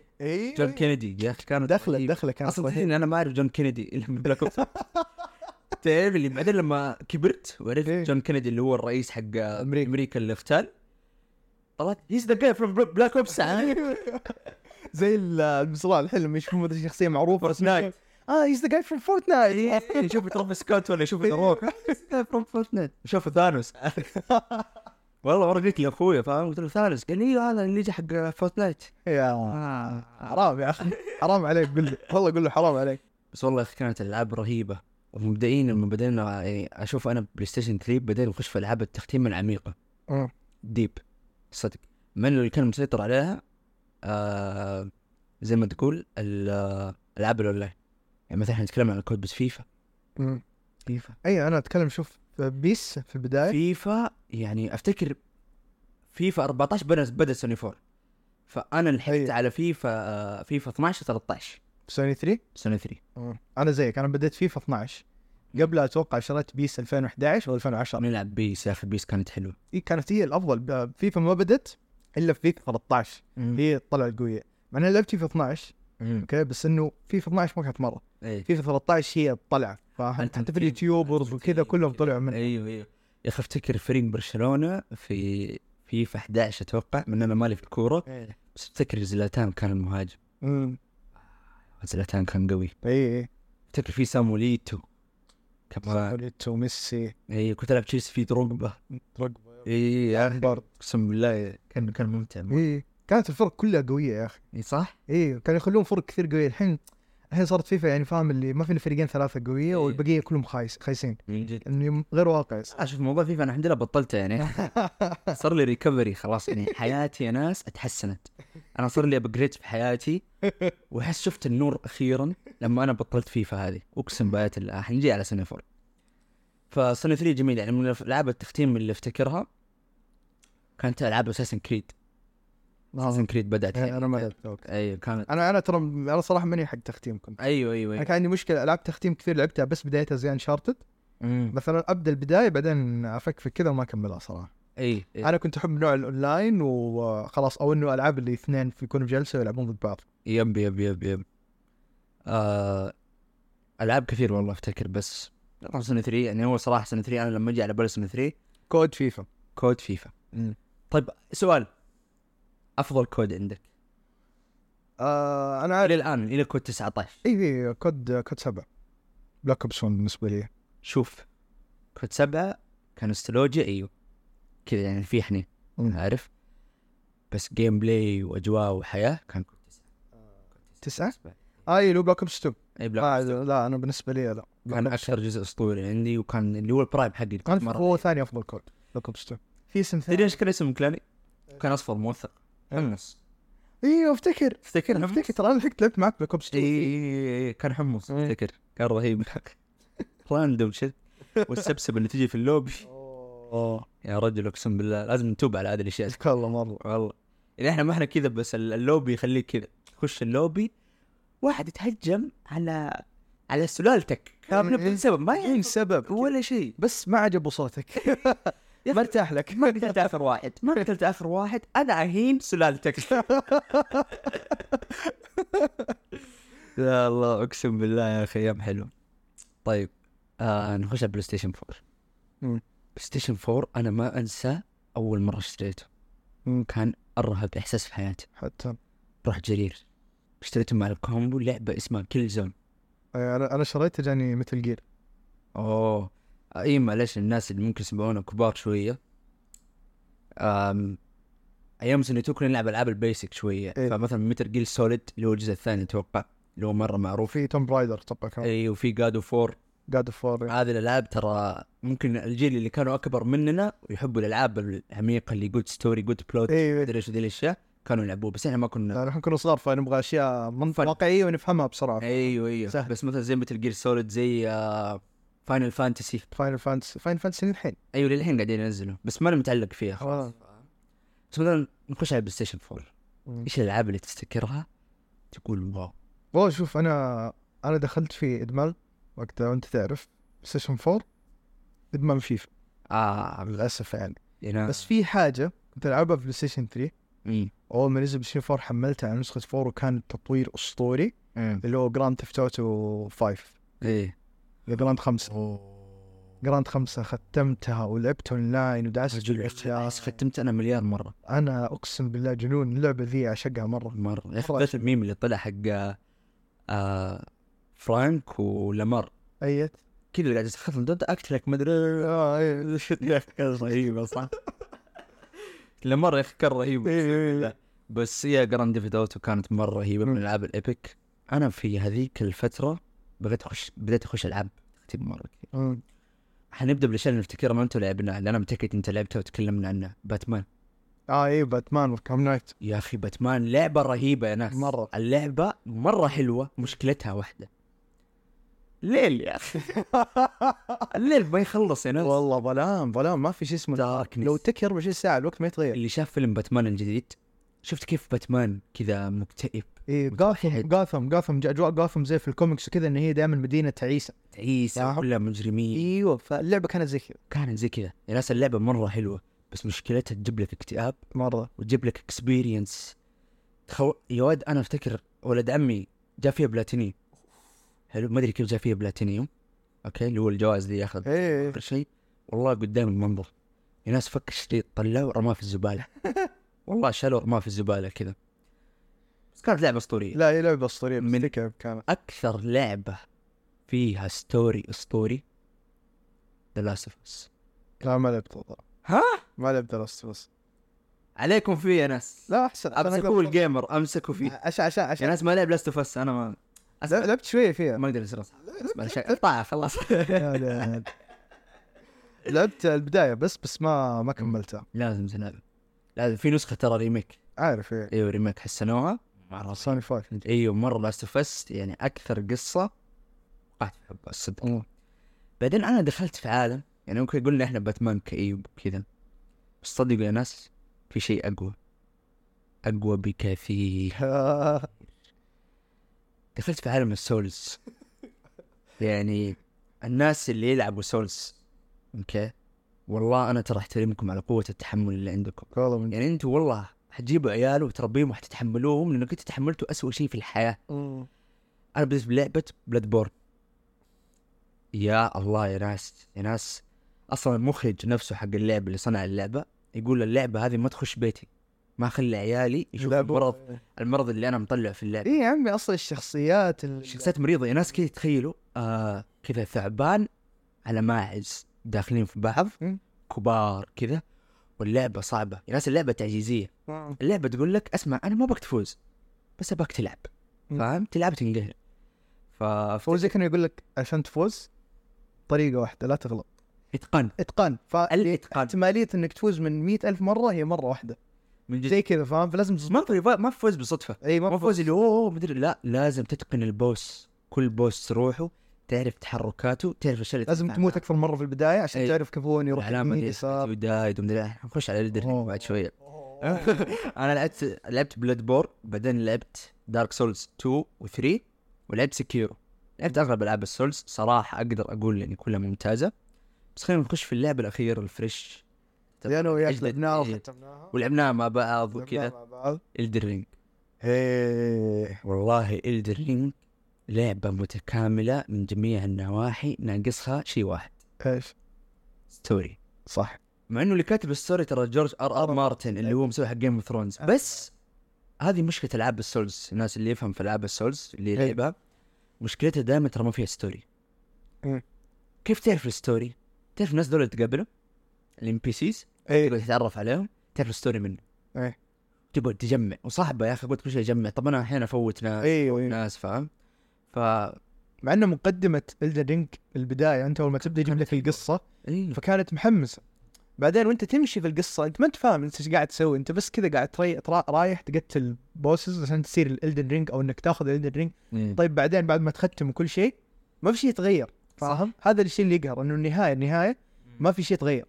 S1: جون كينيدي يا اخي كانت
S2: دخله
S1: رهيبة.
S2: دخله كان
S1: اصلا تدري إن انا ما اعرف جون كينيدي الا من
S2: [laughs]
S1: بلاك أوبس. تعرف اللي بعدين لما كبرت وعرفت
S2: إيه.
S1: جون كينيدي اللي هو الرئيس حق
S2: أمريكا.
S1: امريكا امريكا اللي اغتال طلعت هيز ذا جاي فروم بلاك اوبس
S2: [laughs] زي ال- المصراع الحين لما يشوفون مدري شخصيه معروفه بس
S1: فورتنايت.
S2: اه هيز ذا جاي فروم فورتنايت
S1: شوف ترافيس سكوت ولا
S2: [laughs]
S1: شوف ذا روك فروم فورتنايت شوف ثانوس والله مره قلت لاخوي فاهم قلت له ثانوس قال لي ايوه هذا اللي يجي حق فورتنايت
S2: يا
S1: آه.
S2: حرام يا اخي حرام عليك قول له والله قول له حرام عليك
S1: بس والله يا اخي كانت الالعاب رهيبه ومبدئيا لما بدينا يعني اشوف انا بلاي ستيشن 3 بدينا نخش في العاب التختيم العميقه
S2: مم.
S1: ديب صدق من اللي كان مسيطر عليها آه زي ما تقول ال- آه، العاب الاونلاين يعني مثلا احنا نتكلم عن الكود بس فيفا فيفا
S2: اي انا اتكلم شوف بيس في البدايه
S1: فيفا يعني افتكر فيفا 14 بدا بدا سوني 4 فانا لحقت
S2: أيوة.
S1: على فيفا آه، فيفا 12 13
S2: سوني 3
S1: سوني 3
S2: انا زيك انا بديت فيفا 12 قبلها اتوقع شريت بيس 2011 او 2010
S1: نلعب بيس يا اخي بيس كانت حلوه
S2: إيه كانت هي الافضل ب- فيفا ما بدت الا في فيفا 13 هي الطلعه القويه مع اني لعبت فيفا 12
S1: مم.
S2: اوكي بس انه فيفا 12 ما كانت مره
S1: ايه
S2: فيفا 13 هي الطلعه فاهم
S1: أنت
S2: حتى في
S1: تجيب-
S2: اليوتيوبرز
S1: أنت
S2: وكذا
S1: تجيب
S2: كلهم
S1: كذا.
S2: طلعوا منها
S1: ايوه ايوه يا اخي افتكر فريق برشلونه في فيفا 11 اتوقع من انا مالي في الكوره بس افتكر زلاتان كان المهاجم
S2: امم
S1: زلاتان كان قوي
S2: اي
S1: افتكر في ساموليتو كمان
S2: سانيتو ميسي
S1: اي كنت العب تشيلسي في دروجبا
S2: رقبه
S1: اي يا اخي
S2: برضه
S1: اقسم بالله كان كان ممتع مرة.
S2: اي إيه. كانت الفرق كلها قويه يا اخي
S1: اي صح؟
S2: اي كانوا يخلون فرق كثير قويه الحين الحين صارت فيفا يعني فاهم اللي ما في إلا فريقين ثلاثه قويه
S1: إيه.
S2: والبقيه كلهم خايس خايسين
S1: من جد
S2: انه
S1: [laughs]
S2: غير واقعي [laughs]
S1: اشوف موضوع فيفا انا الحمد لله بطلته يعني صار لي ريكفري خلاص يعني حياتي يا ناس اتحسنت انا صار لي ابجريد في حياتي واحس شفت النور اخيرا لما انا بطلت فيفا هذه اقسم بايات الله حنجي على سنه فور فسنه 3 جميل يعني من العاب التختيم اللي افتكرها كانت العاب اساسن كريد اساسن كريد بدات
S2: إيه، انا ما لعبت أوكي.
S1: ايوه كانت
S2: انا انا ترى انا صراحه ماني حق تختيم كنت
S1: ايوه ايوه
S2: انا
S1: أيوة.
S2: كان عندي مشكله العاب تختيم كثير لعبتها بس بدايتها زي انشارتد
S1: مم.
S2: مثلا ابدا البدايه بعدين افكفك كذا وما اكملها صراحه
S1: اي إي.
S2: انا كنت احب نوع الاونلاين وخلاص او انه العاب اللي اثنين في- يكونوا في جلسه ويلعبون ضد بعض
S1: يب يب يب يب آه العاب كثير والله افتكر بس طبعا سنه 3 يعني هو صراحه سنه 3 انا لما اجي على بالي سنه 3
S2: كود فيفا
S1: كود فيفا
S2: مم.
S1: طيب سؤال افضل كود عندك
S2: آه انا عارف
S1: الى الان الى كود 19
S2: اي في كود كود سبعة بلاك اوبس 1 بالنسبه لي
S1: شوف كود سبعة كان استولوجيا ايوه كذا يعني في حنين
S2: مم.
S1: عارف بس جيم بلاي واجواء وحياه كان كود 9
S2: تسعة؟ آه، اي لو بلاك اوبس 2
S1: اي بلاك
S2: آه
S1: أوبس.
S2: لا انا بالنسبه لي لا
S1: كان اكثر جزء اسطوري عندي وكان اللي هو البرايم حقي
S2: كان
S1: مرة.
S2: هو ثاني افضل كود بلاك اوبس 2 في اسم
S1: تدري
S2: ثاني
S1: ايش كان اسم كلاني؟ كان اصفر موثق
S2: إيه.
S1: حمص
S2: ايوه افتكر
S1: افتكر
S2: افتكر ترى انا لحقت لعبت معك بلاك اوبس
S1: اي
S2: 2
S1: اي إيه، كان حمص
S2: إيه.
S1: افتكر كان رهيب [laughs] راندوم شت والسبسب اللي تجي في اللوبي
S2: اوه
S1: يا رجل اقسم بالله لازم نتوب على هذه الاشياء
S2: والله مره
S1: والله يعني احنا ما احنا كذا بس ال- اللوبي يخليك كذا تخش اللوبي واحد يتهجم على على سلالتك كامله بدون إيه، سبب ما
S2: اي
S1: يعني
S2: سبب
S1: ولا شيء
S2: بس ما عجبوا صوتك
S1: يا أخي،
S2: مرتاح لك
S1: ما قتلت اخر واحد ما قتلت اخر واحد انا اهين [laughs] سلالتك يا الله اقسم بالله يا اخي ايام حلو طيب آه نخش على بلاي ستيشن 4
S2: مم.
S1: بلاي ستيشن 4 انا ما انسى اول مره اشتريته
S2: مم.
S1: كان ارهب احساس في حياتي
S2: حتى
S1: رحت جرير اشتريته مع الكومبو لعبه اسمها كيل زون
S2: أي، انا انا شريته جاني مثل جير
S1: اوه اي معلش الناس اللي ممكن يسمعونا كبار شويه أم ايام سنتو كنا نلعب العاب البيسك شويه
S2: إيه.
S1: فمثلا متر جيل سوليد اللي هو الجزء الثاني اتوقع اللي هو مره معروف
S2: وفي توم برايدر طبعا كمان
S1: اي وفي جادو فور
S2: جاد اوف وور
S1: هذه الالعاب ترى ممكن الجيل اللي كانوا اكبر مننا ويحبوا الالعاب العميقه اللي جود ستوري جود بلوت
S2: اي
S1: مدري ايش ذي الاشياء كانوا يلعبوه بس احنا ما كنا
S2: نحن كنا صغار فنبغى اشياء من-
S1: فن.
S2: واقعيه ونفهمها بسرعه
S1: ايوه ايوه
S2: آه. سهل.
S1: بس مثلا زي متل جيل سوليد زي آه، فاينل فانتسي
S2: فاينل فانتسي فاينل فانتسي الحين
S1: ايوه للحين قاعدين ينزلوا بس ما انا متعلق فيها خلاص بس مثلا نخش على البلاي ستيشن 4 ايش الالعاب اللي تفتكرها تقول واو
S2: والله شوف انا انا دخلت في ادمان وقتها وانت تعرف سيشن 4 ادمان فيفا
S1: اه
S2: للاسف يعني
S1: يعني
S2: بس في حاجه كنت العبها في بلاي ستيشن 3
S1: مم.
S2: اول ما نزل بلاي ستيشن 4 حملتها على نسخه 4 وكان تطوير اسطوري اللي هو جراند ثيفت اوتو 5
S1: ايه
S2: جراند 5 جراند 5 ختمتها ولعبت اونلاين ودعست
S1: رجل
S2: في
S1: يا
S2: الأشياء.
S1: أخي ختمت انا مليار مره
S2: انا اقسم بالله جنون اللعبه ذي اعشقها مره
S1: مره يا اخي
S2: خلاص.
S1: ذات الميم اللي طلع حق آه فرانك ولامار
S2: ايت
S1: كذا اللي قاعد يسخف ضد اقتلك ما ادري
S2: آه، إيه.
S1: يا اخي كان رهيبه
S2: [laughs]
S1: صح؟ لامار يا اخي كان
S2: إيه،
S1: رهيب بس يا جراند ديفيد اوتو كانت مره رهيبه من العاب الايبك انا في هذيك الفتره بدأت اخش بدأت اخش العاب تختيم مره كثير
S2: أمم.
S1: حنبدا بالاشياء اللي نفتكرها ما انتم لعبناها اللي انا متاكد انت لعبتها وتكلمنا عنها باتمان
S2: اه اي باتمان وكام نايت
S1: يا اخي باتمان لعبه رهيبه يا ناس
S2: مرة.
S1: اللعبه مره حلوه مشكلتها واحده الليل يا [laughs] اخي الليل ما يخلص يا ناس
S2: والله ظلام ظلام ما في شيء اسمه
S1: داركنس
S2: لو تكي 24 ساعه الوقت ما يتغير
S1: اللي شاف فيلم باتمان الجديد شفت كيف باتمان كذا مكتئب
S2: اي
S1: متوحد.
S2: جاثم إيه، جاثم جاثم اجواء جاثم زي في الكوميكس وكذا ان هي دائما مدينه تعيسه
S1: تعيس
S2: يا حب.
S1: كلها مجرمين
S2: ايوه فاللعبه كانت زي كذا
S1: كانت زي كذا يا ناس اللعبه مره حلوه بس مشكلتها تجيب لك اكتئاب
S2: مره
S1: وتجيب لك اكسبيرينس تخو... يا واد انا افتكر ولد عمي جاب فيها بلاتينيوم حلو ما ادري كيف جاب فيها بلاتينيوم اوكي اللي هو الجوائز اللي ياخذ
S2: ايه
S1: اخر شيء والله قدام المنظر يا ناس فك الشريط طلعه ورماه في الزباله والله شالوه ورماه في الزباله كذا بس كانت لعبه اسطوريه
S2: لا هي لعبه اسطوريه
S1: من-
S2: من كانت
S1: اكثر لعبه فيها ستوري اسطوري ذا لاست اوف اس
S2: لا ما لعبت والله
S1: ها؟
S2: ما لعبت لاست بس
S1: عليكم فيه يا ناس
S2: لا احسن عشان
S1: امسكوا
S2: أقدر-
S1: الجيمر امسكوا فيه
S2: عشان عشان
S1: يا
S2: عشان
S1: ناس ما لعب لاست اوف اس انا ما أس-
S2: لع- لعبت شويه فيها
S1: ما اقدر اصير اقطعها خلاص [laughs]
S2: لا، لا، لا. لعبت البدايه بس بس ما ما كملتها
S1: لازم تلعب لازم في نسخه ترى ريميك
S2: عارف ايه
S1: ايوه ريميك حسنوها مع راسي
S2: سوني 5
S1: ايوه مره لاست اوف اس يعني اكثر قصه وقعت في حبها الصدق بعدين انا دخلت في عالم يعني ممكن قلنا احنا باتمان كئيب وكذا بس صدقوا يا ناس في شيء اقوى اقوى بكثير دخلت في عالم السولز يعني الناس اللي يلعبوا سولز اوكي والله انا ترى احترمكم على قوه التحمل اللي عندكم
S2: [laughs] والله من
S1: يعني انتوا والله حتجيبوا عيال وتربيهم وحتتحملوهم لانك انت تحملتوا اسوء شيء في الحياه انا بالنسبه للعبه بلاد بورن يا الله يا ناس يا ناس اصلا المخرج نفسه حق اللعبه اللي صنع اللعبه يقول اللعبه هذه ما تخش بيتي ما اخلي عيالي يشوفوا
S2: لعبوا-
S1: المرض المرض اللي انا مطلعه في اللعبه
S2: ايه يا عمي اصلا الشخصيات ال-
S1: شخصيات مريضه يا ناس كذا تخيلوا آه كذا ثعبان على ماعز داخلين في بعض
S2: مم.
S1: كبار كذا واللعبه صعبه يا ناس اللعبه تعجيزيه
S2: مم.
S1: اللعبه تقول لك اسمع انا ما ابغاك تفوز بس ابغاك تلعب
S2: مم.
S1: فاهم تلعب تنقهر ف
S2: فهو زي كانه يقول لك عشان تفوز طريقه واحده لا تغلط
S1: اتقان
S2: اتقان
S1: الاتقان
S2: فاحتماليه انك تفوز من مئة ألف مره هي مره واحده
S1: من جد
S2: زي كذا فاهم فلازم تز-
S1: ما في ما في فوز بالصدفه
S2: اي ما
S1: ما في فوز اللي اوه أوه، مدري لا لازم تتقن البوس كل بوس تروحه تعرف تحركاته تعرف الاشياء اللي
S2: لازم
S1: تتفاعل
S2: تموت اكثر مره في البدايه عشان
S1: أي.
S2: تعرف كيف هو إنه
S1: معاه.
S2: يروح
S1: العلامه
S2: يمين
S1: دي
S2: يسار
S1: ودايد ومدري إيه. نخش على الدري
S2: أوه.
S1: بعد شويه
S2: [laughs]
S1: انا لعبت لعبت بلاد بور بعدين لعبت دارك سولز 2 و3 ولعبت سكيرو لعبت اغلب العاب السولز صراحه اقدر اقول يعني كلها ممتازه بس خلينا نخش في اللعبه الاخيره الفريش
S2: انا وياك
S1: أجدد-
S2: لعبناها
S1: إيه.
S2: وختمناها
S1: ولعبناها مع بعض
S2: لعبناها
S1: وكذا
S2: مع بعض
S1: الدرينج إيه، والله الدرينج لعبة متكاملة من جميع النواحي ناقصها شيء واحد
S2: ايش
S1: ستوري
S2: صح
S1: مع انه اللي كاتب الستوري ترى جورج ار ار مارتن اللي هو مسوي حق جيم اوف ثرونز بس هذه مشكلة العاب السولز الناس اللي يفهم في العاب السولز اللي
S2: أي.
S1: يلعبها مشكلتها دائما ترى ما فيها ستوري إيه.
S2: مم.
S1: كيف تعرف الستوري؟ تعرف الناس دول اللي تقابلهم الام بي سيز
S2: اي
S1: تقعد تتعرف عليهم تعرف الستوري منه إيه.
S2: أي.
S1: تقعد تجمع وصاحبه يا اخي قلت كل شيء اجمع طب انا احيانا افوت ناس
S2: ايوه
S1: ناس فاهم ف
S2: مع انه مقدمه الدن رينج البدايه انت اول ما تبدا يجيب لك القصه
S1: إيه.
S2: فكانت محمسه بعدين وانت تمشي في القصه انت ما انت فاهم انت ايش قاعد تسوي انت بس كذا قاعد تري... ترا... رايح تقتل بوسز عشان تصير الالدن رينج او انك تاخذ الالدن رينج
S1: طيب
S2: طيب بعدين بعد ما تختم كل شيء ما في شيء يتغير فاهم هذا الشيء اللي يقهر انه النهايه النهايه ما في شيء يتغير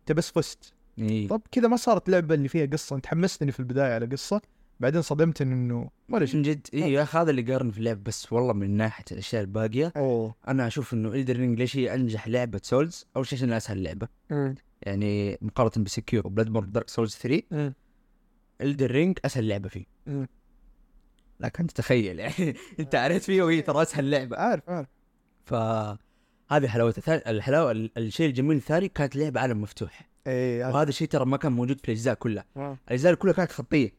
S2: انت بس فزت
S1: إيه.
S2: طب كذا ما صارت لعبه اللي فيها قصه انت حمستني في البدايه على قصه بعدين صدمتني انه ولا شيء
S1: من جد اي يا اخي هذا اللي قارن في اللعب بس والله من ناحيه الاشياء الباقيه
S2: اوه
S1: انا اشوف انه الدر رينج ليش هي انجح لعبه سولز اول شيء عشان اسهل لعبه يعني مقارنه بسكيور وبلاد بورن دارك سولز 3
S2: مم.
S1: الدر رينج اسهل لعبه فيه
S2: مم.
S1: لكن تتخيل يعني [laughs] انت عرفت فيه وهي ترى اسهل لعبه
S2: عارف عارف
S1: ف هذه حلاوتها ثاني- الحلاوه ال- الشيء الجميل الثاني كانت لعبه عالم مفتوح
S2: اي عارف.
S1: وهذا الشيء ترى ما كان موجود في الاجزاء كلها
S2: آه.
S1: الاجزاء كلها كانت خطيه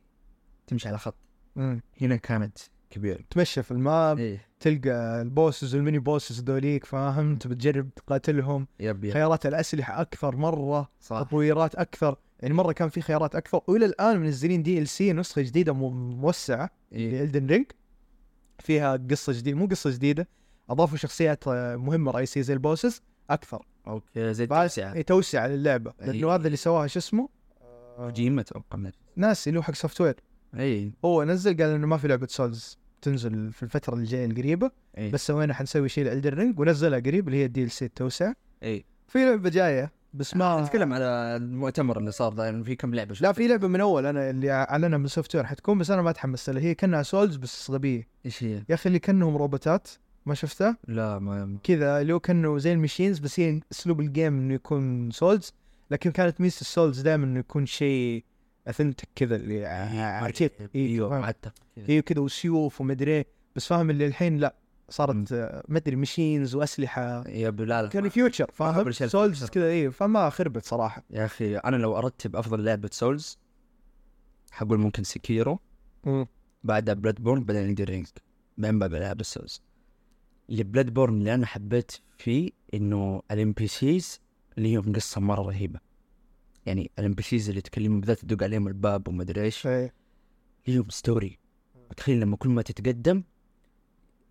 S1: تمشي على خط
S2: مم.
S1: هنا كانت كبيره
S2: تمشى في الماب
S1: ايه
S2: تلقى البوسز والميني بوسز ذوليك فاهم انت بتجرب تقاتلهم
S1: يب يب
S2: خيارات الاسلحه اكثر مره
S1: صح
S2: تطويرات اكثر يعني مره كان في خيارات اكثر والى الان منزلين دي ال سي نسخه جديده مو- موسعه
S1: إيه.
S2: لالدن رينج فيها قصه جديده مو قصه جديده اضافوا شخصيات آه، مهمه رئيسيه زي البوسز اكثر
S1: اوكي زي
S2: بعد-
S1: التوسعه
S2: إيه، توسعه للعبه لانه
S1: إيه.
S2: هذا اللي سواها شو اسمه
S1: جيمة إيه. اتوقع من-
S2: ناسي اللي هو حق سوفت وير
S1: اي
S2: هو نزل قال انه ما في لعبه سولز تنزل في الفتره الجايه القريبه
S1: اي
S2: بس سوينا حنسوي شيء لالدن رينج ونزلها قريب اللي هي الدي ال سي التوسعه
S1: اي
S2: في لعبه جايه بس
S1: [laughs]
S2: ما
S1: نتكلم على المؤتمر اللي صار ده يعني في كم لعبه
S2: لا في لعبه من اول انا اللي اعلنها من سوفت وير حتكون بس انا ما تحمست لها هي كانها سولز بس غبيه
S1: ايش هي؟
S2: يا اخي اللي كانهم روبوتات ما شفتها
S1: لا ما
S2: كذا اللي هو كانه زي المشينز بس هي اسلوب الجيم انه يكون سولز لكن كانت ميزه السولز دائما انه يكون شيء اثنتك كذا اللي
S1: آه،
S2: عتيق
S1: ايوه
S2: فاهم؟
S1: معتب
S2: ايوه كذا وسيوف ومدري إيه. بس فاهم اللي الحين لا
S1: مم. آه.
S2: صارت آه، مدري مشينز واسلحه
S1: يب لا
S2: كان
S1: لا
S2: فيوتشر
S1: أحب
S2: فاهم
S1: الأشياء
S2: سولز
S1: الفيوتشر.
S2: كذا ايوه فما خربت صراحه
S1: يا اخي انا لو ارتب افضل لعبه سولز حقول ممكن سكيرو بعدها بلاد بورن بعدين الدر رينج من باب العاب السولز اللي بلاد بورن اللي انا حبيت فيه انه الام بي سيز اللي هي قصه مره رهيبه يعني الام بي سيز اللي تكلمهم بالذات تدق عليهم الباب وما ادري ايش
S2: إيه.
S1: ليهم ستوري تخيل لما كل ما تتقدم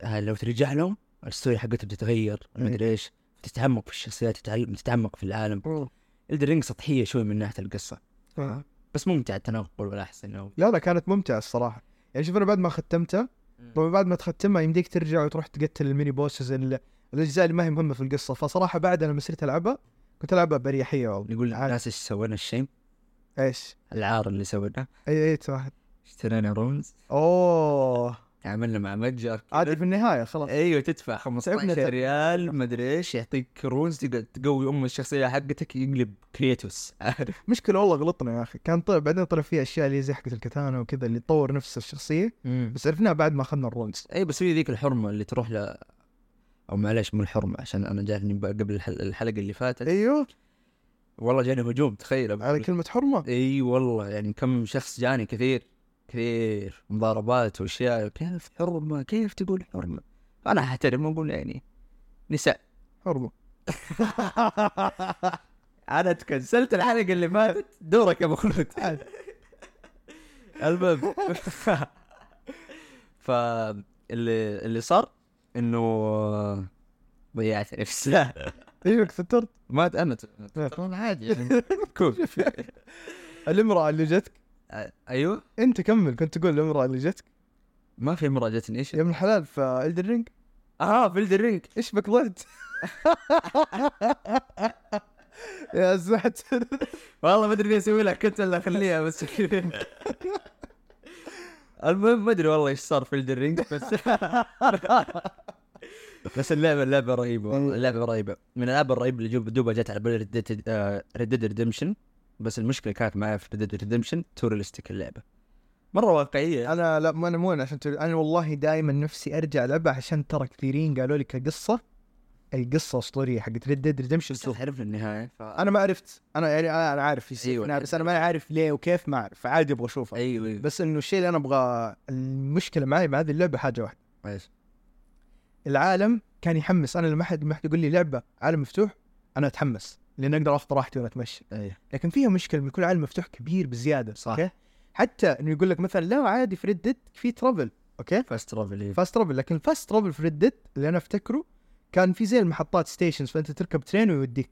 S1: آه، لو ترجع لهم الستوري حقته بتتغير ما ادري ايش تتعمق في الشخصيات تتعلم- تتعمق في العالم الدرينج سطحيه شوي من ناحيه القصه
S2: آه.
S1: بس ممتع التنقل والاحسن انه
S2: لا لا كانت ممتعه الصراحه يعني شوف انا بعد ما ختمتها طبعا بعد ما تختمها يمديك ترجع وتروح تقتل الميني بوسز ال- الاجزاء اللي ما هي مهمه في القصه فصراحه بعد لما صرت العبها كنت العبها باريحيه والله
S1: نقول
S2: عاد.
S1: للناس ايش سوينا الشيء
S2: ايش
S1: العار اللي سويناه
S2: اي اي واحد
S1: اشترينا رومز
S2: اوه
S1: عملنا مع متجر
S2: عادي في النهايه
S1: [laughs]
S2: خلاص
S1: ايوه تدفع
S2: تعبنا.
S1: 15 ريال مدري ايش يعطيك رونز تقعد تقوي ام الشخصيه حقتك يقلب [laughs] كريتوس عارف
S2: مشكله والله غلطنا يا اخي كان طلع بعدين طلع فيها اشياء اللي زي حقت الكتانه وكذا اللي تطور نفس الشخصيه بس عرفناها بعد ما اخذنا الرولز
S1: اي إيه، بس هي ذيك الحرمه اللي تروح ل او معلش مو الحرمه عشان انا جاني ب- قبل الحل- الحلقه اللي فاتت
S2: ايوه
S1: والله جاني هجوم تخيل
S2: على كلمه حرمه
S1: اي والله يعني كم شخص جاني كثير كثير مضاربات واشياء كيف حرمه كيف تقول حرمه انا احترم واقول يعني نساء
S2: حرمه
S1: [laughs] انا تكنسلت الحلقه اللي فاتت دورك يا ابو خلود المهم [laughs] فاللي اللي صار انه ضيعت نفسي
S2: ايوه سترت
S1: ما تأنت ترون عادي يعني [laughs] كول
S2: الامراه اللي جتك
S1: ايوه
S2: انت كمل كنت تقول الامراه اللي جتك
S1: ما في امراه جتني ايش
S2: يا ابن الحلال في الدر رينج
S1: اه فيلد الرينج
S2: ايش بك ضعت؟ يا زحت
S1: والله ما ادري ليه اسوي لك كنت الا اخليها بس كذا المهم ما ادري والله ايش صار في الرينج بس بس اللعبه اللعبه رهيبه والله، اللعبه رهيبه من الالعاب الرهيبه اللي جوب- دوبها جت على آه، بالي ريد ريدمشن بس المشكله كانت معي في ريد ريدمشن توريستيك اللعبه مره واقعيه
S2: انا لا مو انا مو أنا عشان تقول انا والله دائما نفسي ارجع العبها عشان ترى كثيرين قالوا لي كقصه القصه اسطوريه حقت ريد ديد ريدمشن
S1: تعرفنا النهايه ف...
S2: انا ما عرفت انا يعني انا أنا عارف يصير
S1: أيوة.
S2: أنا بس انا ما عارف ليه وكيف ما اعرف عادي ابغى اشوفها
S1: ايوه ايوه
S2: بس انه الشيء اللي انا ابغى المشكله معي مع هذه اللعبه حاجه واحده
S1: ايش
S2: العالم كان يحمس انا لما حد ما حد يقول لي لعبه عالم مفتوح انا اتحمس لان اقدر اخذ راحتي وانا اتمشى
S1: ايوه
S2: لكن فيها مشكله من كل عالم مفتوح كبير بزياده
S1: صح.
S2: أوكي؟ حتى انه يقول لك مثلا لا عادي في ريد ديد في ترافل اوكي
S1: فاست ترافل
S2: فاست ترافل لكن الفاست ترافل في ريد ديد اللي انا افتكره كان في زي المحطات ستيشنز فانت تركب ترين ويوديك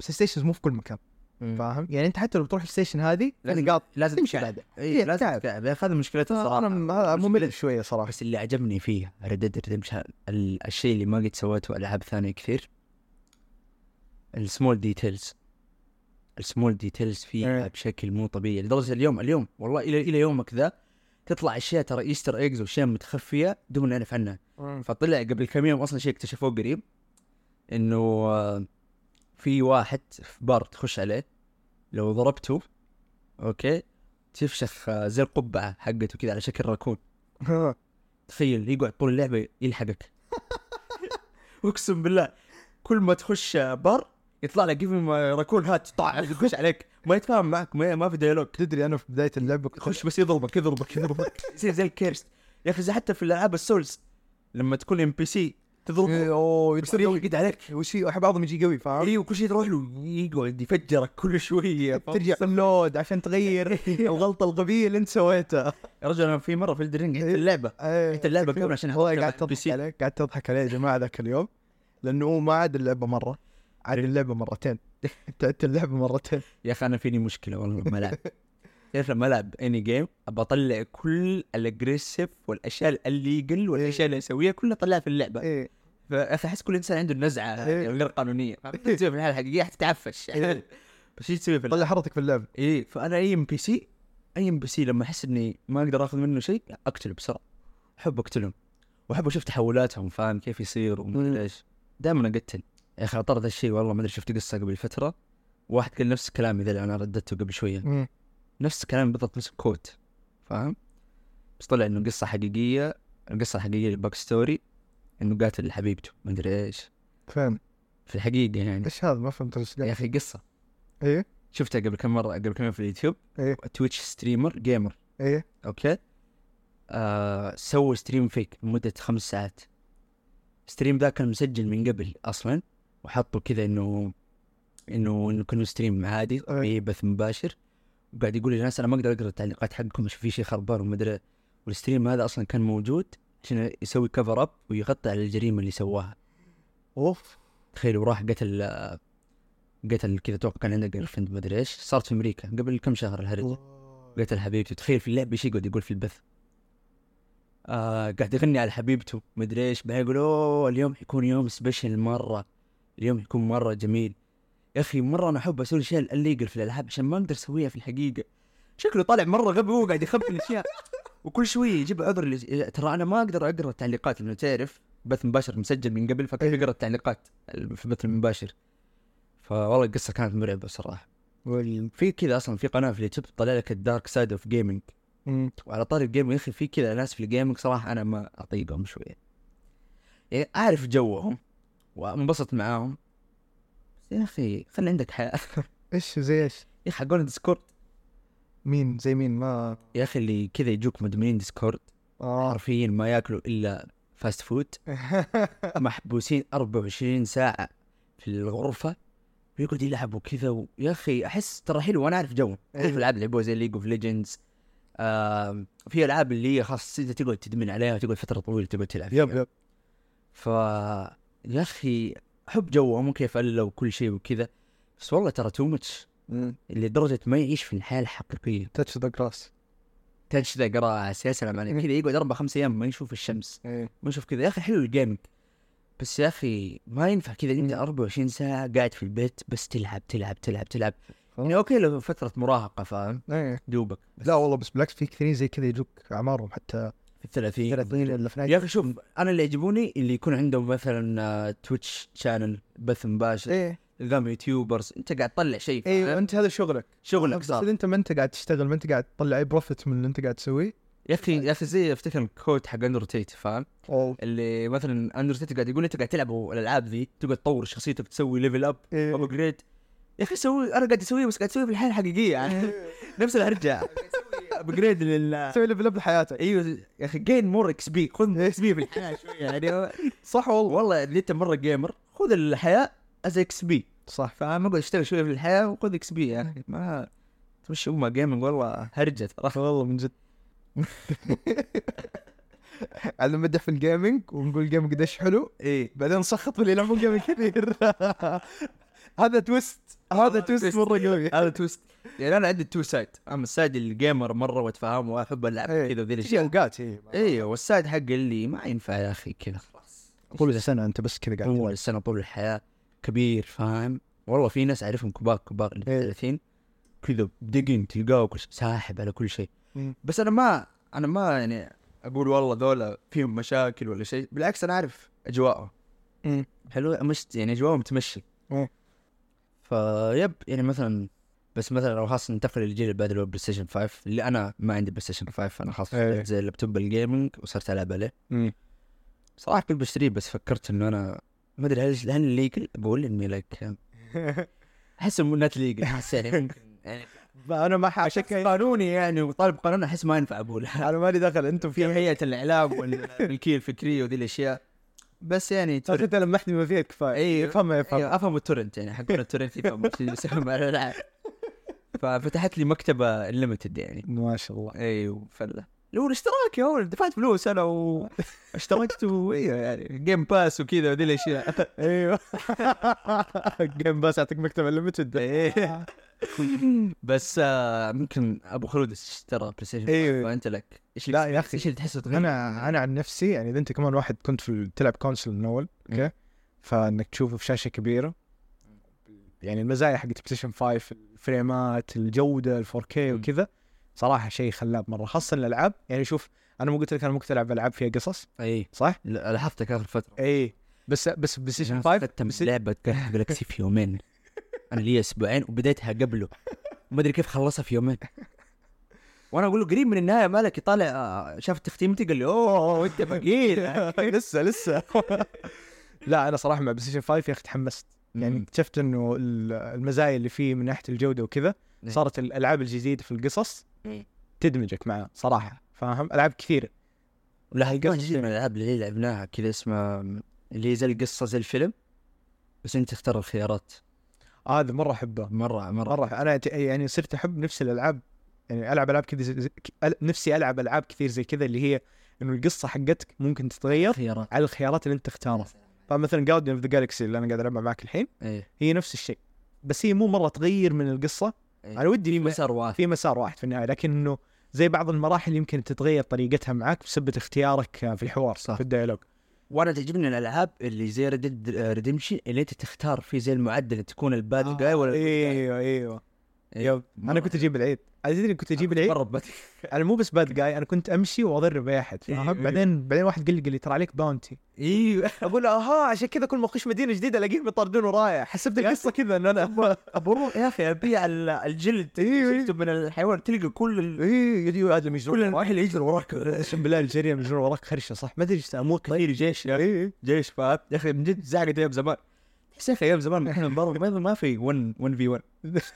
S2: بس ستيشنز مو في كل مكان فاهم يعني انت حتى لو بتروح الستيشن هذه
S1: لازم-
S2: لازم قاط
S1: لازم
S2: تمشي
S1: تتعب.
S2: بعدها
S1: اي
S2: هي
S1: لازم
S2: تعب.
S1: تتعب. هذا مشكلته
S2: انا
S1: صراحه
S2: م- آه، هذا ممل شويه صراحه
S1: بس اللي عجبني فيه ريد ريدمشن الشيء اللي ما قد سويته العاب ثانيه كثير السمول ديتيلز السمول ديتيلز فيها
S2: إيه.
S1: بشكل مو طبيعي لدرجه اليوم اليوم والله الى الى يومك ذا تطلع اشياء ترى ايستر ايجز واشياء متخفيه دون نعرف عنها
S2: [laughs]
S1: فطلع قبل كم يوم اصلا شيء اكتشفوه قريب انه آه، في واحد في بار تخش عليه لو ضربته اوكي تفشخ آه، زي القبعه حقته كذا على شكل راكون تخيل يقعد طول اللعبه [laughs] يلحقك اقسم بالله كل ما تخش بر يطلع لك جيفن راكون هات طاع يخش عليك ما يتفاهم معك ما, ما في ديالوج
S2: تدري انا في بدايه اللعبه كنت
S1: يخش بس يضربك يضربك يضربك [laughs] يصير زي الكيرس يا اخي زي حتى في الالعاب السولز لما تكون ام بي سي تضربه
S2: إيه، اوه
S1: يصير
S2: يصير
S1: يقعد عليك
S2: وشي احب بعضهم يجي قوي فاهم
S1: ايوه كل شيء تروح له يقعد يفجرك كل [laughs] شويه
S2: ترجع لود عشان تغير الغلطه الغبيه اللي انت سويتها
S1: يا رجل انا في مره في الدرينج عدت اللعبه عدت اللعبه كامله عشان
S2: هو
S1: أحطها
S2: قاعد
S1: على البي
S2: تضحك
S1: سي.
S2: عليه إيه. قاعد تضحك عليه يا جماعه ذاك اليوم لانه هو ما عاد اللعبه مره عاد اللعبه [laughs] مرتين انت عدت اللعبه مرتين
S1: يا اخي انا فيني مشكله والله لما
S2: [laughs]
S1: العب تعرف لما العب اني جيم ابى اطلع كل الاجريسيف والاشياء الليجل والاشياء
S2: إيه.
S1: اللي اسويها كلها اطلعها في اللعبه
S2: ايه
S1: فيا اخي احس كل انسان عنده النزعه
S2: إيه.
S1: غير
S2: [laughs]
S1: قانونيه فأنت تسوي في الحاله الحقيقيه حتتعفش
S2: إيه.
S1: [laughs] بس ايش تسوي في الحالة؟
S2: طلع حرتك في اللعبه
S1: ايه فانا اي ام بي سي اي ام بي سي لما احس اني ما اقدر اخذ منه شيء اقتله بسرعه احب اقتلهم واحب اشوف تحولاتهم فاهم كيف يصير ومدري ايش دائما اقتل يا اخي طرد الشيء والله ما ادري شفت قصه قبل فتره واحد قال نفس كلامي ذا اللي انا رددته قبل شويه نفس كلام بالضبط نفس الكوت فاهم بس طلع انه قصه حقيقيه القصه الحقيقيه للباك ستوري انه قاتل حبيبته ما ادري ايش
S2: فاهم
S1: في الحقيقه يعني
S2: ايش هذا ما فهمت ايش
S1: يا
S2: قاعد-
S1: اخي قصه
S2: ايه
S1: شفتها قبل كم مره قبل كم يوم في اليوتيوب
S2: إيه.
S1: تويتش ستريمر جيمر
S2: ايه
S1: اوكي آه سووا ستريم فيك لمده خمس ساعات الستريم ذا كان مسجل من قبل اصلا وحطوا كذا انه انه انه كنا ستريم عادي
S2: إيه.
S1: في بث مباشر وقاعد يقول للناس انا ما اقدر اقرا التعليقات حقكم عشان في شيء خربان وما ادري والستريم هذا اصلا كان موجود عشان يسوي كفر اب ويغطي على الجريمه اللي سواها
S2: اوف
S1: تخيل وراح قتل قتل كذا توقع كان عنده جيرل فريند ما ادري ايش صارت في امريكا قبل كم شهر الهرج قتل حبيبته تخيل في اللعبه ايش يقعد يقول في البث آه قاعد يغني على حبيبته مدري ايش بعدين يقول اوه اليوم حيكون يوم سبيشل مره اليوم حيكون مره جميل يا اخي مره انا احب اسوي الاشياء الليجل في الالعاب عشان ما اقدر اسويها في الحقيقه شكله طالع مره غبي وهو قاعد يخبي الاشياء وكل شوي يجيب عذر لل- ترى انا ما اقدر اقرا التعليقات لانه تعرف بث مباشر مسجل من قبل فكيف اقرا التعليقات في البث المباشر فوالله القصه كانت مرعبه صراحه في كذا اصلا في قناه في اليوتيوب تطلع لك الدارك سايد اوف جيمنج
S2: مم.
S1: وعلى طاري الجيم يا اخي في كذا ناس في الجيمنج صراحه انا ما اطيقهم شويه يعني اعرف جوهم وانبسط معاهم بس يا اخي خلي عندك حياه
S2: ايش زي ايش؟
S1: يا اخي حقون ديسكورد
S2: مين زي مين ما
S1: يا اخي اللي كذا يجوك مدمنين ديسكورد [laughs]
S2: اه
S1: حرفيا ما ياكلوا الا فاست فود محبوسين 24 ساعه في الغرفه ويقعد يلعبوا كذا و... يا اخي احس ترى حلو وانا اعرف جو اعرف
S2: أيوة.
S1: العاب لعبوها زي ليج اوف ليجندز في العاب اللي هي خاص انت تقعد تدمن عليها وتقعد فتره طويله تقعد تلعب فيها
S2: يب يب
S1: ف يا اخي حب جوهم وكيف الا وكل شيء وكذا بس والله ترى تو ماتش لدرجه ما يعيش في الحياه الحقيقيه
S2: تاتش ذا جراس
S1: تاتش ذا قراس يا سلام عليك كذا يقعد اربع خمس ايام ما يشوف الشمس ما يشوف كذا يا اخي حلو الجيمنج بس يا اخي ما ينفع كذا انت 24 ساعه قاعد في البيت بس تلعب تلعب تلعب تلعب يعني اوكي لو فتره مراهقه فاهم دوبك بس
S2: إيه. لا والله بس بالعكس في كثيرين زي كذا يجوك اعمارهم حتى إيه.
S1: في الثلاثين
S2: 30 الا
S1: يا
S2: 12
S1: اخي شوف انا اللي يعجبوني اللي يكون عندهم مثلا تويتش شانل بث مباشر
S2: ايه
S1: ذم يوتيوبرز انت قاعد تطلع شيء فاهم؟
S2: ايوه انت هذا شغلك
S1: شغلك
S2: بس
S1: صار
S2: اذا انت ما انت قاعد تشتغل ما انت قاعد تطلع اي بروفيت من اللي انت قاعد تسويه
S1: يا اخي يا اخي زي افتكر الكوت حق اندرو تيت فاهم
S2: اوه
S1: اللي مثلا اندرو تيت قاعد يقول انت قاعد تلعب الالعاب ذي تقعد تطور شخصيتك تسوي ليفل اب
S2: إيه. [laughs]
S1: ابجريد يا اخي سوي انا قاعد اسويه بس قاعد اسويه في الحياه الحقيقيه يعني
S2: [laughs]
S1: نفس الهرجه ابجريد لل
S2: تسوي ليفل اب لحياتك
S1: ايوه يا اخي جين مور اكس بي خذ اكس بي في الحياه شويه يعني
S2: صح والله
S1: والله اللي انت مره جيمر خذ الحياه از اكس بي
S2: صح
S1: فما اقعد اشتغل شويه في الحياه وخذ اكس بي يا اخي ما تمشي امها جيمنج والله هرجه ترى
S2: والله من جد على مدح في الجيمنج ونقول الجيمنج قديش حلو
S1: ايه
S2: إيه. بعدين نسخط اللي يلعبون جيمنج
S1: [laughs]
S2: كثير [laughs] هذا تويست هذا تويست مره [laughs] قوي
S1: هذا تويست يعني انا عندي التو سايد اما السايد الجيمر مره واتفاهم واحب العب
S2: إيه.
S1: كذا وذي
S2: في إيه.
S1: الاشياء
S2: اوقات هي
S1: ايوه والسايد حق اللي ما ينفع يا اخي كذا خلاص
S2: طول السنه انت بس كذا قاعد
S1: اول السنه طول الحياه كبير فاهم والله في ناس اعرفهم كبار كبار اللي
S2: إيه.
S1: 30 كذا دقن تلقاه كل شيء- ساحب على كل شيء
S2: مم.
S1: بس انا ما انا ما يعني اقول والله ذولا فيهم مشاكل ولا شيء بالعكس انا اعرف اجواءهم
S2: مم.
S1: حلو مشت يعني اجواءهم تمشي
S2: مم.
S1: فيب يعني مثلا بس مثلا لو خاصة ننتقل للجيل اللي بعد اللي هو بلاي ستيشن 5 اللي انا ما عندي بلاي ستيشن 5 انا خلاص
S2: إيه.
S1: زي اللابتوب الجيمنج وصرت العب عليه
S2: [laughs] مم.
S1: صراحة كنت بشتريه بس فكرت انه انا ما ادري هل هل ليجل بقول اني لك احس انه نت ليجل [laughs] احس يعني ممكن يعني
S2: انا ما
S1: عشان
S2: حاشك انا
S1: قانوني يعني وطالب قانون احس ما ينفع [laughs] يعني اقولها
S2: مالي دخل انتم
S1: في
S2: في
S1: هيئة الاعلام [laughs] والملكية الفكرية وذي الاشياء بس يعني
S2: صرت
S1: تورنت
S2: انت لمحت بما فيه الكفايه
S1: أيوه.
S2: يفهمها يفهم
S1: أيوة، افهم التورنت يعني حقون التورنت يفهم وش اللي بيسوي مع الالعاب ففتحت لي مكتبة ليمتد يعني
S2: ما شاء الله
S1: ايوه فله لو الاشتراك يا ولد دفعت فلوس انا [laughs] واشتركت وايوه يعني جيم باس وكذا وذي الاشياء
S2: [laughs] ايوه جيم باس يعطيك مكتب ليمتد
S1: إيه. بس آه ممكن ابو خلود اشترى بلاي ستيشن
S2: إيوه.
S1: فانت لك ايش
S2: لا يا
S1: الإكسبيرينس؟
S2: أخي،
S1: ايش اللي تحسه تغير؟
S2: انا انا عن نفسي يعني اذا انت كمان واحد كنت في ال- تلعب كونسول من اول اوكي فانك تشوفه في شاشه كبيره يعني المزايا حقت بلاي ستيشن 5 الفريمات الجوده ال 4K وكذا صراحه شيء خلاب مره خاصه الالعاب يعني شوف انا مو قلت لك انا مو كنت العب العاب فيها قصص
S1: اي
S2: صح؟
S1: ل- لاحظتك اخر فتره
S2: اي بس بس بلاي ستيشن
S1: أنا
S2: 5
S1: ختم
S2: بس-
S1: لعبه جالكسي في
S2: [laughs]
S1: يومين انا لي اسبوعين وبديتها قبله ما ادري كيف خلصها في يومين وانا اقول له قريب من النهايه مالك طالع آه، شاف تختيمتي قال لي اوه انت بقيل
S2: لسه لسه لا انا صراحه مع بلاي ستيشن 5 يا اخي تحمست [laughs] يعني
S1: مم.
S2: اكتشفت انه ال- المزايا اللي فيه من ناحيه الجوده وكذا
S1: إيه.
S2: صارت الالعاب الجديده في القصص
S1: إيه.
S2: تدمجك معه صراحه فاهم العاب كثيره
S1: ولا هي كمان
S2: يعني.
S1: جزء من الالعاب اللي لعبناها كذا اسمها اللي هي زي القصه زي الفيلم بس انت تختار الخيارات
S2: هذا مره احبه
S1: مره مره
S2: مره انا ت- يعني صرت احب نفس الالعاب يعني العب العاب كذا زي- زي- ك- أل- نفسي العب العاب كثير زي كذا اللي هي انه القصه حقتك ممكن تتغير
S1: خيارات
S2: على الخيارات اللي انت تختارها فمثلا جاردن اوف ذا جالكسي اللي انا قاعد العبها معك الحين
S1: ايه
S2: هي نفس الشيء بس هي مو مره تغير من القصه
S1: إيه.
S2: انا ودي يم-
S1: مسار واثق
S2: في مسار واحد في النهايه لكن انه زي بعض المراحل يمكن تتغير طريقتها معك بسبب اختيارك آه، في الحوار
S1: صح.
S2: في الديالوج
S1: وانا تعجبني الالعاب اللي زي ريد ريدمشن اللي انت تختار فيه زي المعدل تكون الباد
S2: آه،
S1: جاي ولا
S2: ايوه ايوه
S1: إيه.
S2: انا كنت اجيب العيد انا تدري كنت اجيب العيد
S1: مره بد-
S2: انا مو بس باد جاي انا كنت امشي واضرب اي [laughs] احد
S1: إيه،
S2: فاهم
S1: إيه.
S2: بعدين بعدين واحد قال لي قال لي ترى عليك باونتي
S1: ايوه
S2: اقول اها عشان كذا كل ما اخش مدينه جديده الاقيهم يطاردون ورايا حسبت القصه كذا ان انا
S1: بروح يا اخي ابيع ال- الجلد شفته من الحيوان تلقى كل ال...
S2: ايوه ادم
S1: كل
S2: يجرون
S1: الواحد يجري وراك يا
S2: اقسم بالله الجريان يجرون وراك خرشه صح ما ادري ايش اموت كثير جيش يا اخي
S1: جيش فاهم يا اخي من جد زعقت ايام زمان تحس يا اخي ايام زمان احنا برضه ما- ما في 1 1 في 1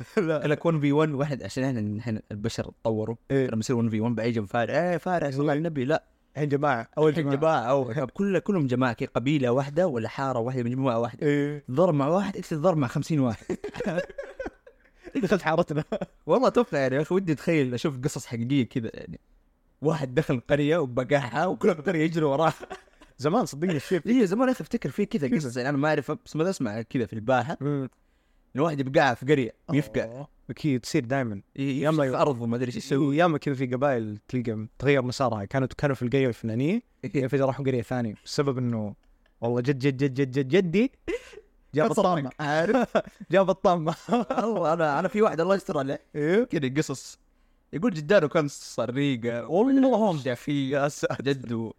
S2: [laughs] لا
S1: لك 1 في 1 واحد عشان احنا نحن البشر تطوروا
S2: إيه.
S1: لما يصير 1 في 1 بعيجهم فارع ايه فارع صلى الله على النبي لا
S2: الحين جماعه اول
S1: الحين
S2: جماعه
S1: جماعه او كل كلهم جماعه كي قبيله واحده ولا حاره واحده مجموعه واحده
S2: إيه.
S1: ضرب مع واحد انت تضرب مع 50 واحد
S2: دخلت [laughs] حارتنا
S1: والله اتوقع يعني يا اخي ودي اتخيل اشوف قصص حقيقيه كذا يعني واحد دخل قريه وبقعها وكل القريه يجري وراه
S2: [laughs] زمان صدقني [laughs] كثير
S1: اي إيه، زمان يا اخي افتكر في كذا قصص يعني انا ما اعرف بس ما اسمع كذا في الباحه
S2: أمم،
S1: الواحد يبقعها في قريه ويفقع
S2: أوه. إيه، اكيد تصير دائما
S1: يمشي في ارض وما ادري ايش يسوي
S2: وياما كذا في قبائل تلقى تغير مسارها كانوا كانوا في القريه الفلانيه
S1: إيه.
S2: كيف اذا راحوا قريه ثانيه بسبب انه والله جد جد جد جد جد جدي
S1: [laughs]
S2: جاب الطامه
S1: عارف
S2: جاب الطامه
S1: والله انا انا في واحد الله يستر عليه
S2: ايوه
S1: كذا قصص يقول جدانه كان سريقه والله هو [laughs] مدافي يا ساتر جده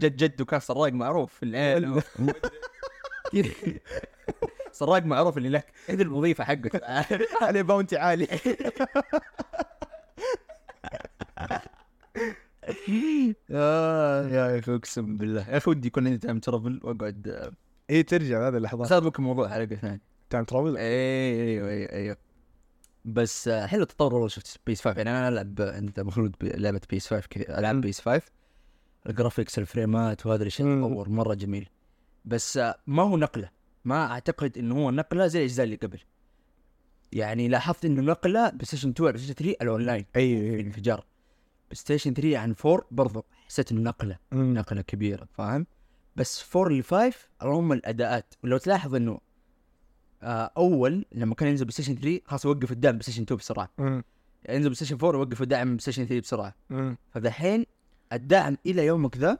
S1: جد جده كان سراق معروف في العيله [laughs] كذا. سراق معروف اللي لك هذه الوظيفه [laughs] حقك
S2: عليه باونتي عالي
S1: [laughs] آه يا اخي اقسم بالله يا اخي ودي يكون عندي تايم ترافل واقعد آه،
S2: اي إيه، ترجع هذه اللحظات
S1: خذ بكم موضوع حلقه ثانيه
S2: تايم ترافل
S1: ايوه ايوه ايوه بس آه، حلو التطور والله شفت بيس 5 يعني انا العب انت مخلود بلعبه بيس 5 كذا العب بيس 5 الجرافيكس الفريمات وهذا الاشياء
S2: مم.
S1: تطور مره جميل بس آه، ما هو نقله ما اعتقد انه هو نقله زي الاجزاء اللي قبل يعني لاحظت انه نقله بلاي ستيشن 2 بلاي ستيشن 3 الاونلاين
S2: اي اي
S1: الانفجار بلاي ستيشن 3 عن 4 برضو حسيت انه نقله نقله كبيره فاهم بس 4 ل 5 هم الاداءات ولو تلاحظ انه آه اول لما كان ينزل بلاي ستيشن 3 خلاص يوقف الدعم بلاي ستيشن 2 بسرعه ينزل بلاي ستيشن 4 يوقف الدعم بلاي ستيشن 3 بسرعه فدحين الدعم الى يومك ذا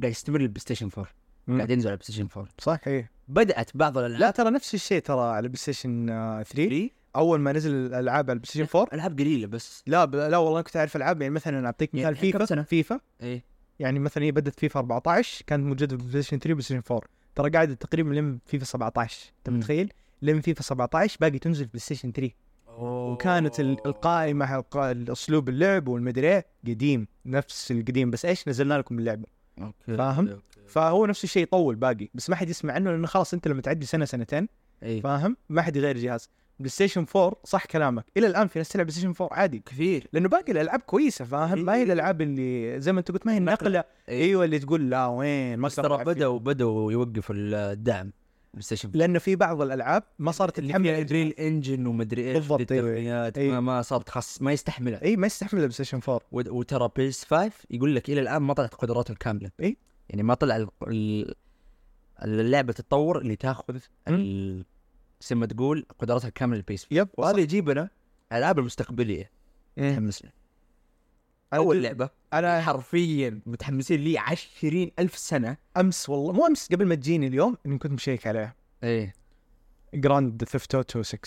S1: قاعد يستمر البلاي ستيشن 4 قاعد ينزل على البلاي ستيشن 4
S2: صح اي
S1: بدات بعض
S2: لا
S1: الالعاب
S2: ترى نفس الشيء ترى على البلاي ستيشن 3
S1: 3
S2: اول ما نزل الالعاب على البلاي ستيشن 4
S1: العاب قليله بس
S2: لا ب- لا والله أنا كنت اعرف العاب يعني مثلا اعطيك
S1: يعني
S2: مثال
S1: الحين كم
S2: فيفا
S1: سنة؟
S2: فيفا
S1: ايه
S2: يعني مثلا هي بدت فيفا 14 كانت موجوده في بلاي ستيشن 3 وبلاي ستيشن 4 ترى قاعده تقريبا لين فيفا 17 انت
S1: مم.
S2: متخيل؟ لين فيفا 17 باقي تنزل في بلاي ستيشن 3 وكانت ال- القائمه الق- الاسلوب اللعب والمدري إيه قديم نفس القديم بس ايش نزلنا لكم اللعبه
S1: اوكي
S2: فاهم؟
S1: أوكي.
S2: فهو نفس الشيء يطول باقي بس ما حد يسمع عنه لانه خلاص انت لما تعدي سنه سنتين
S1: ايه
S2: فاهم؟ ما حد يغير جهاز بلاي ستيشن 4 صح كلامك الى الان في ناس تلعب بلاي ستيشن 4 عادي
S1: كثير
S2: لانه باقي الالعاب كويسه فاهم؟ ما هي
S1: إيه.
S2: الالعاب اللي زي ما انت قلت ما هي
S1: نقلة.
S2: النقله
S1: إيه.
S2: ايوه اللي تقول لا وين ما
S1: بس ترى
S2: استرجع فيه.
S1: بدأوا بدأوا يوقفوا الدعم بلاي ستيشن
S2: لانه في بعض الالعاب ما صارت
S1: اللي فيها
S2: تحمل
S1: دريل انجن ومدري ايش
S2: بالضبط، أيوة.
S1: بالتقنيات،
S2: أيوة.
S1: ما, ما صار تخصص ما يستحملها
S2: اي ما يستحمل البلاي ستيشن 4
S1: وت- وترى بيس 5 يقول لك الى الان ما طلعت قدراته الكامله
S2: إي.
S1: يعني ما طلع ال- ال- اللعبه تتطور اللي تاخذ ال- زي ما تقول قدراتها الكامله للبيس 5
S2: يب
S1: وهذا يجيبنا الالعاب المستقبليه متحمسنا اول لعبه انا حرفيا متحمسين لي عشرين ألف سنه
S2: امس والله مو امس قبل ما تجيني اليوم اني كنت مشيك عليها
S1: ايه
S2: جراند ثيفت اوتو 6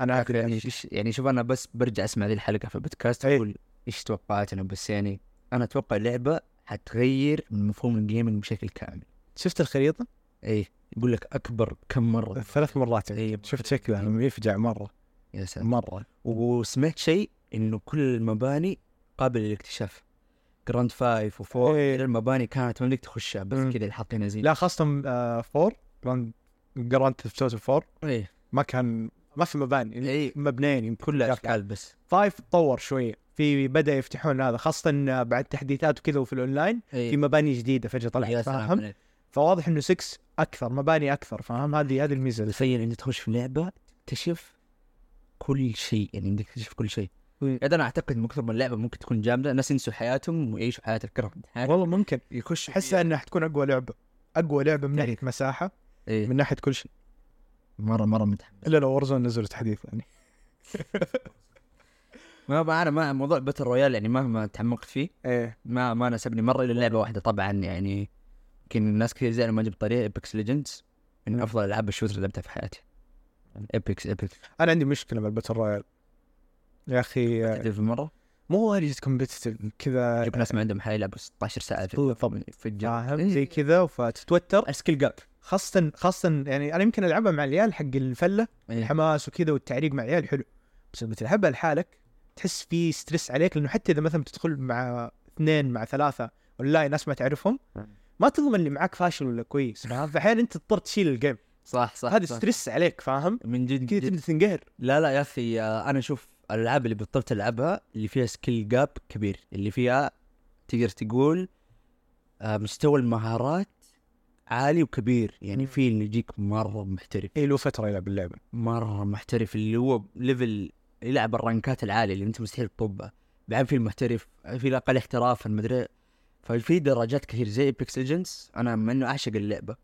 S2: انا أكل
S1: يعني
S2: يعني
S1: ش- يعني شوف انا بس برجع اسمع ذي الحلقه في البودكاست
S2: أي.
S1: اقول ايش توقعات انا بس يعني انا اتوقع لعبه حتغير من مفهوم الجيمنج بشكل كامل
S2: شفت الخريطه
S1: اي يقول لك اكبر كم مره
S2: ثلاث مرات يعني.
S1: إيه.
S2: شفت شكلها يفجع مره
S1: يا سلام
S2: مره
S1: وسمعت شيء انه كل المباني قابله للاكتشاف جراند فايف وفور
S2: إي.
S1: المباني كانت مملك تخشها
S2: مم.
S1: بس كذا حاطينها زي
S2: لا خاصه آه، 4 جراند جراند ثيفت اوتو 4
S1: اي
S2: ما كان ما في مباني
S1: اي
S2: مبنيين يمكن
S1: كلها
S2: يلا.
S1: اشكال إيه، بس
S2: فايف تطور شويه في بدا يفتحون هذا خاصه بعد تحديثات وكذا وفي الاونلاين في
S1: اي
S2: مباني جديده فجاه
S1: إيه. يا
S2: طلعت
S1: سلام
S2: فاهم
S1: عليك.
S2: فواضح انه 6 اكثر مباني اكثر فاهم هذه هذه الميزه
S1: تخيل انك تخش في لعبه تكتشف كل شيء يعني بدك تكتشف كل شيء
S2: مم.
S1: يعني انا اعتقد إن اكثر من لعبه ممكن تكون جامده الناس ينسوا حياتهم ويعيشوا حياه الكرم حياة
S2: والله ممكن
S1: يخش
S2: احسها انها حتكون اقوى لعبه اقوى لعبه من ناحيه مساحه
S1: إيه.
S2: من ناحيه كل شيء
S1: مره مره متحمس
S2: الا لو ورزون نزلت حديث يعني
S1: ما ما انا ما موضوع باتل رويال يعني مهما تعمقت فيه
S2: ايه
S1: ما ما ناسبني مره الا لعبه واحده طبعا يعني يمكن الناس كثير زعلوا ما جبت طريقه ايبكس ليجندز من
S2: مم.
S1: افضل العاب الشوتر اللي لعبتها في حياتي ايبكس ايبكس
S2: انا عندي مشكله مع الباتل رويال يا اخي
S1: تعرف في مره
S2: مو واجد كومبتتف كذا
S1: جبت ناس ما عندهم حياه يلعبوا 16 ساعه في
S2: بالضبط.
S1: في الجيم
S2: فاهم زي كذا فتتوتر
S1: السكيل جاب
S2: خاصه خاصه يعني انا يمكن العبها مع العيال حق الفله
S1: إيه.
S2: الحماس وكذا والتعريق مع العيال حلو بس لما تلعبها لحالك تحس في ستريس عليك لانه حتى اذا مثلا بتدخل مع اثنين مع ثلاثه ولا ناس ما تعرفهم ما تضمن اللي معاك فاشل ولا
S1: [laughs]
S2: كويس فاهم؟ فاحيانا انت تضطر تشيل الجيم
S1: صح صح
S2: هذا
S1: صح.
S2: ستريس عليك فاهم
S1: من جد
S2: كذا
S1: جد.
S2: تبدا تنقهر
S1: لا لا يا اخي آه، انا اشوف الالعاب اللي بطلت تلعبها اللي فيها سكيل جاب كبير اللي فيها تقدر تقول آه، مستوى المهارات عالي وكبير يعني
S2: مم.
S1: في اللي يجيك مره محترف
S2: اي له فتره يلعب اللعبه
S1: مره محترف اللي هو ليفل يلعب الرنكات العاليه اللي انت مستحيل تطبها بعدين في المحترف في الاقل احترافا مدري ففي درجات كثير زي ايبكس ليجندز انا مع انه اعشق اللعبه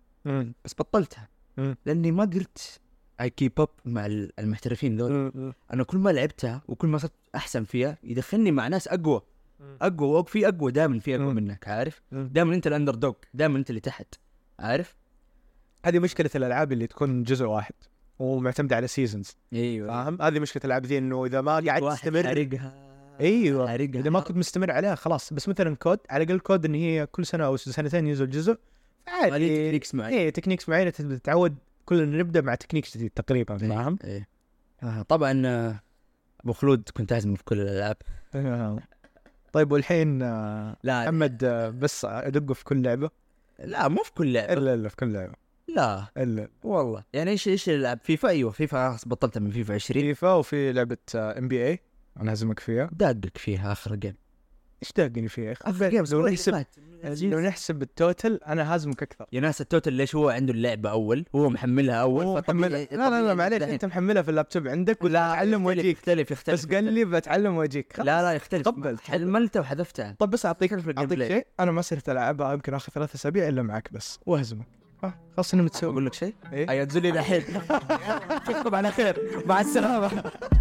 S1: بس بطلتها
S2: مم.
S1: لاني ما قدرت اي كيب اب مع ال- المحترفين ذول انا كل ما لعبتها وكل ما صرت احسن فيها يدخلني مع ناس اقوى اقوى وفي اقوى دائما في اقوى
S2: مم.
S1: منك عارف
S2: مم.
S1: دائما انت الاندر دوغ دائما انت اللي تحت عارف
S2: هذه مشكله الالعاب اللي تكون جزء واحد ومعتمده على سيزونز
S1: ايوه
S2: فاهم هذه مشكله الالعاب ذي انه اذا ما أيوة. قاعد
S1: واحد
S2: تستمر
S1: حرقها
S2: ايوه
S1: حرقها
S2: اذا ما كنت مستمر عليها خلاص بس مثلا كود على الاقل كود ان هي كل سنه او سنتين ينزل جزء
S1: عادي
S2: فعادي
S1: تكنيكس معي
S2: اي تكنيكس معينه تبدا تتعود كلنا نبدا مع تكنيك جديد تقريبا فاهم؟
S1: ايه آه، طبعا آه، ابو خلود كنت اهزمه في كل الالعاب
S2: طيب والحين آه،
S1: لا
S2: محمد آه، بس ادقه في كل لعبه
S1: لا مو في كل لعبه
S2: الا الا في كل لعبه
S1: لا
S2: الا
S1: والله يعني ايش ايش الالعاب فيفا ايوه فيفا خلاص بطلتها من فيفا 20
S2: فيفا وفي لعبه ام بي اي انا هزمك فيها
S1: داقك فيها اخر جيم
S2: ايش داقني فيها يا
S1: اخر جيم
S2: اخي لو نحسب لو نحسب التوتل انا هازمك اكثر
S1: يا ناس التوتل ليش هو عنده اللعبه اول هو محملها اول
S2: هو
S1: فطبيعي-
S2: محملها لا لا لا
S1: طبيعي
S2: معليش
S1: دحين.
S2: انت محملها في اللابتوب عندك ولا اتعلم
S1: يختلف-
S2: واجيك
S1: يختلف يختلف
S2: بس قال لي بتعلم واجيك
S1: لا لا يختلف
S2: تقبل-
S1: حملته وحذفتها
S2: طب بس اعطيك
S1: في الجيم
S2: اعطيك
S1: بلاي.
S2: شيء انا ما صرت العبها يمكن اخر ثلاث اسابيع الا معك بس واهزمك آه، خلاص اني متسوي
S1: اقول لك شيء أيوة،
S2: إيه؟
S1: اي تزلي الحين تصبح على خير مع السلامه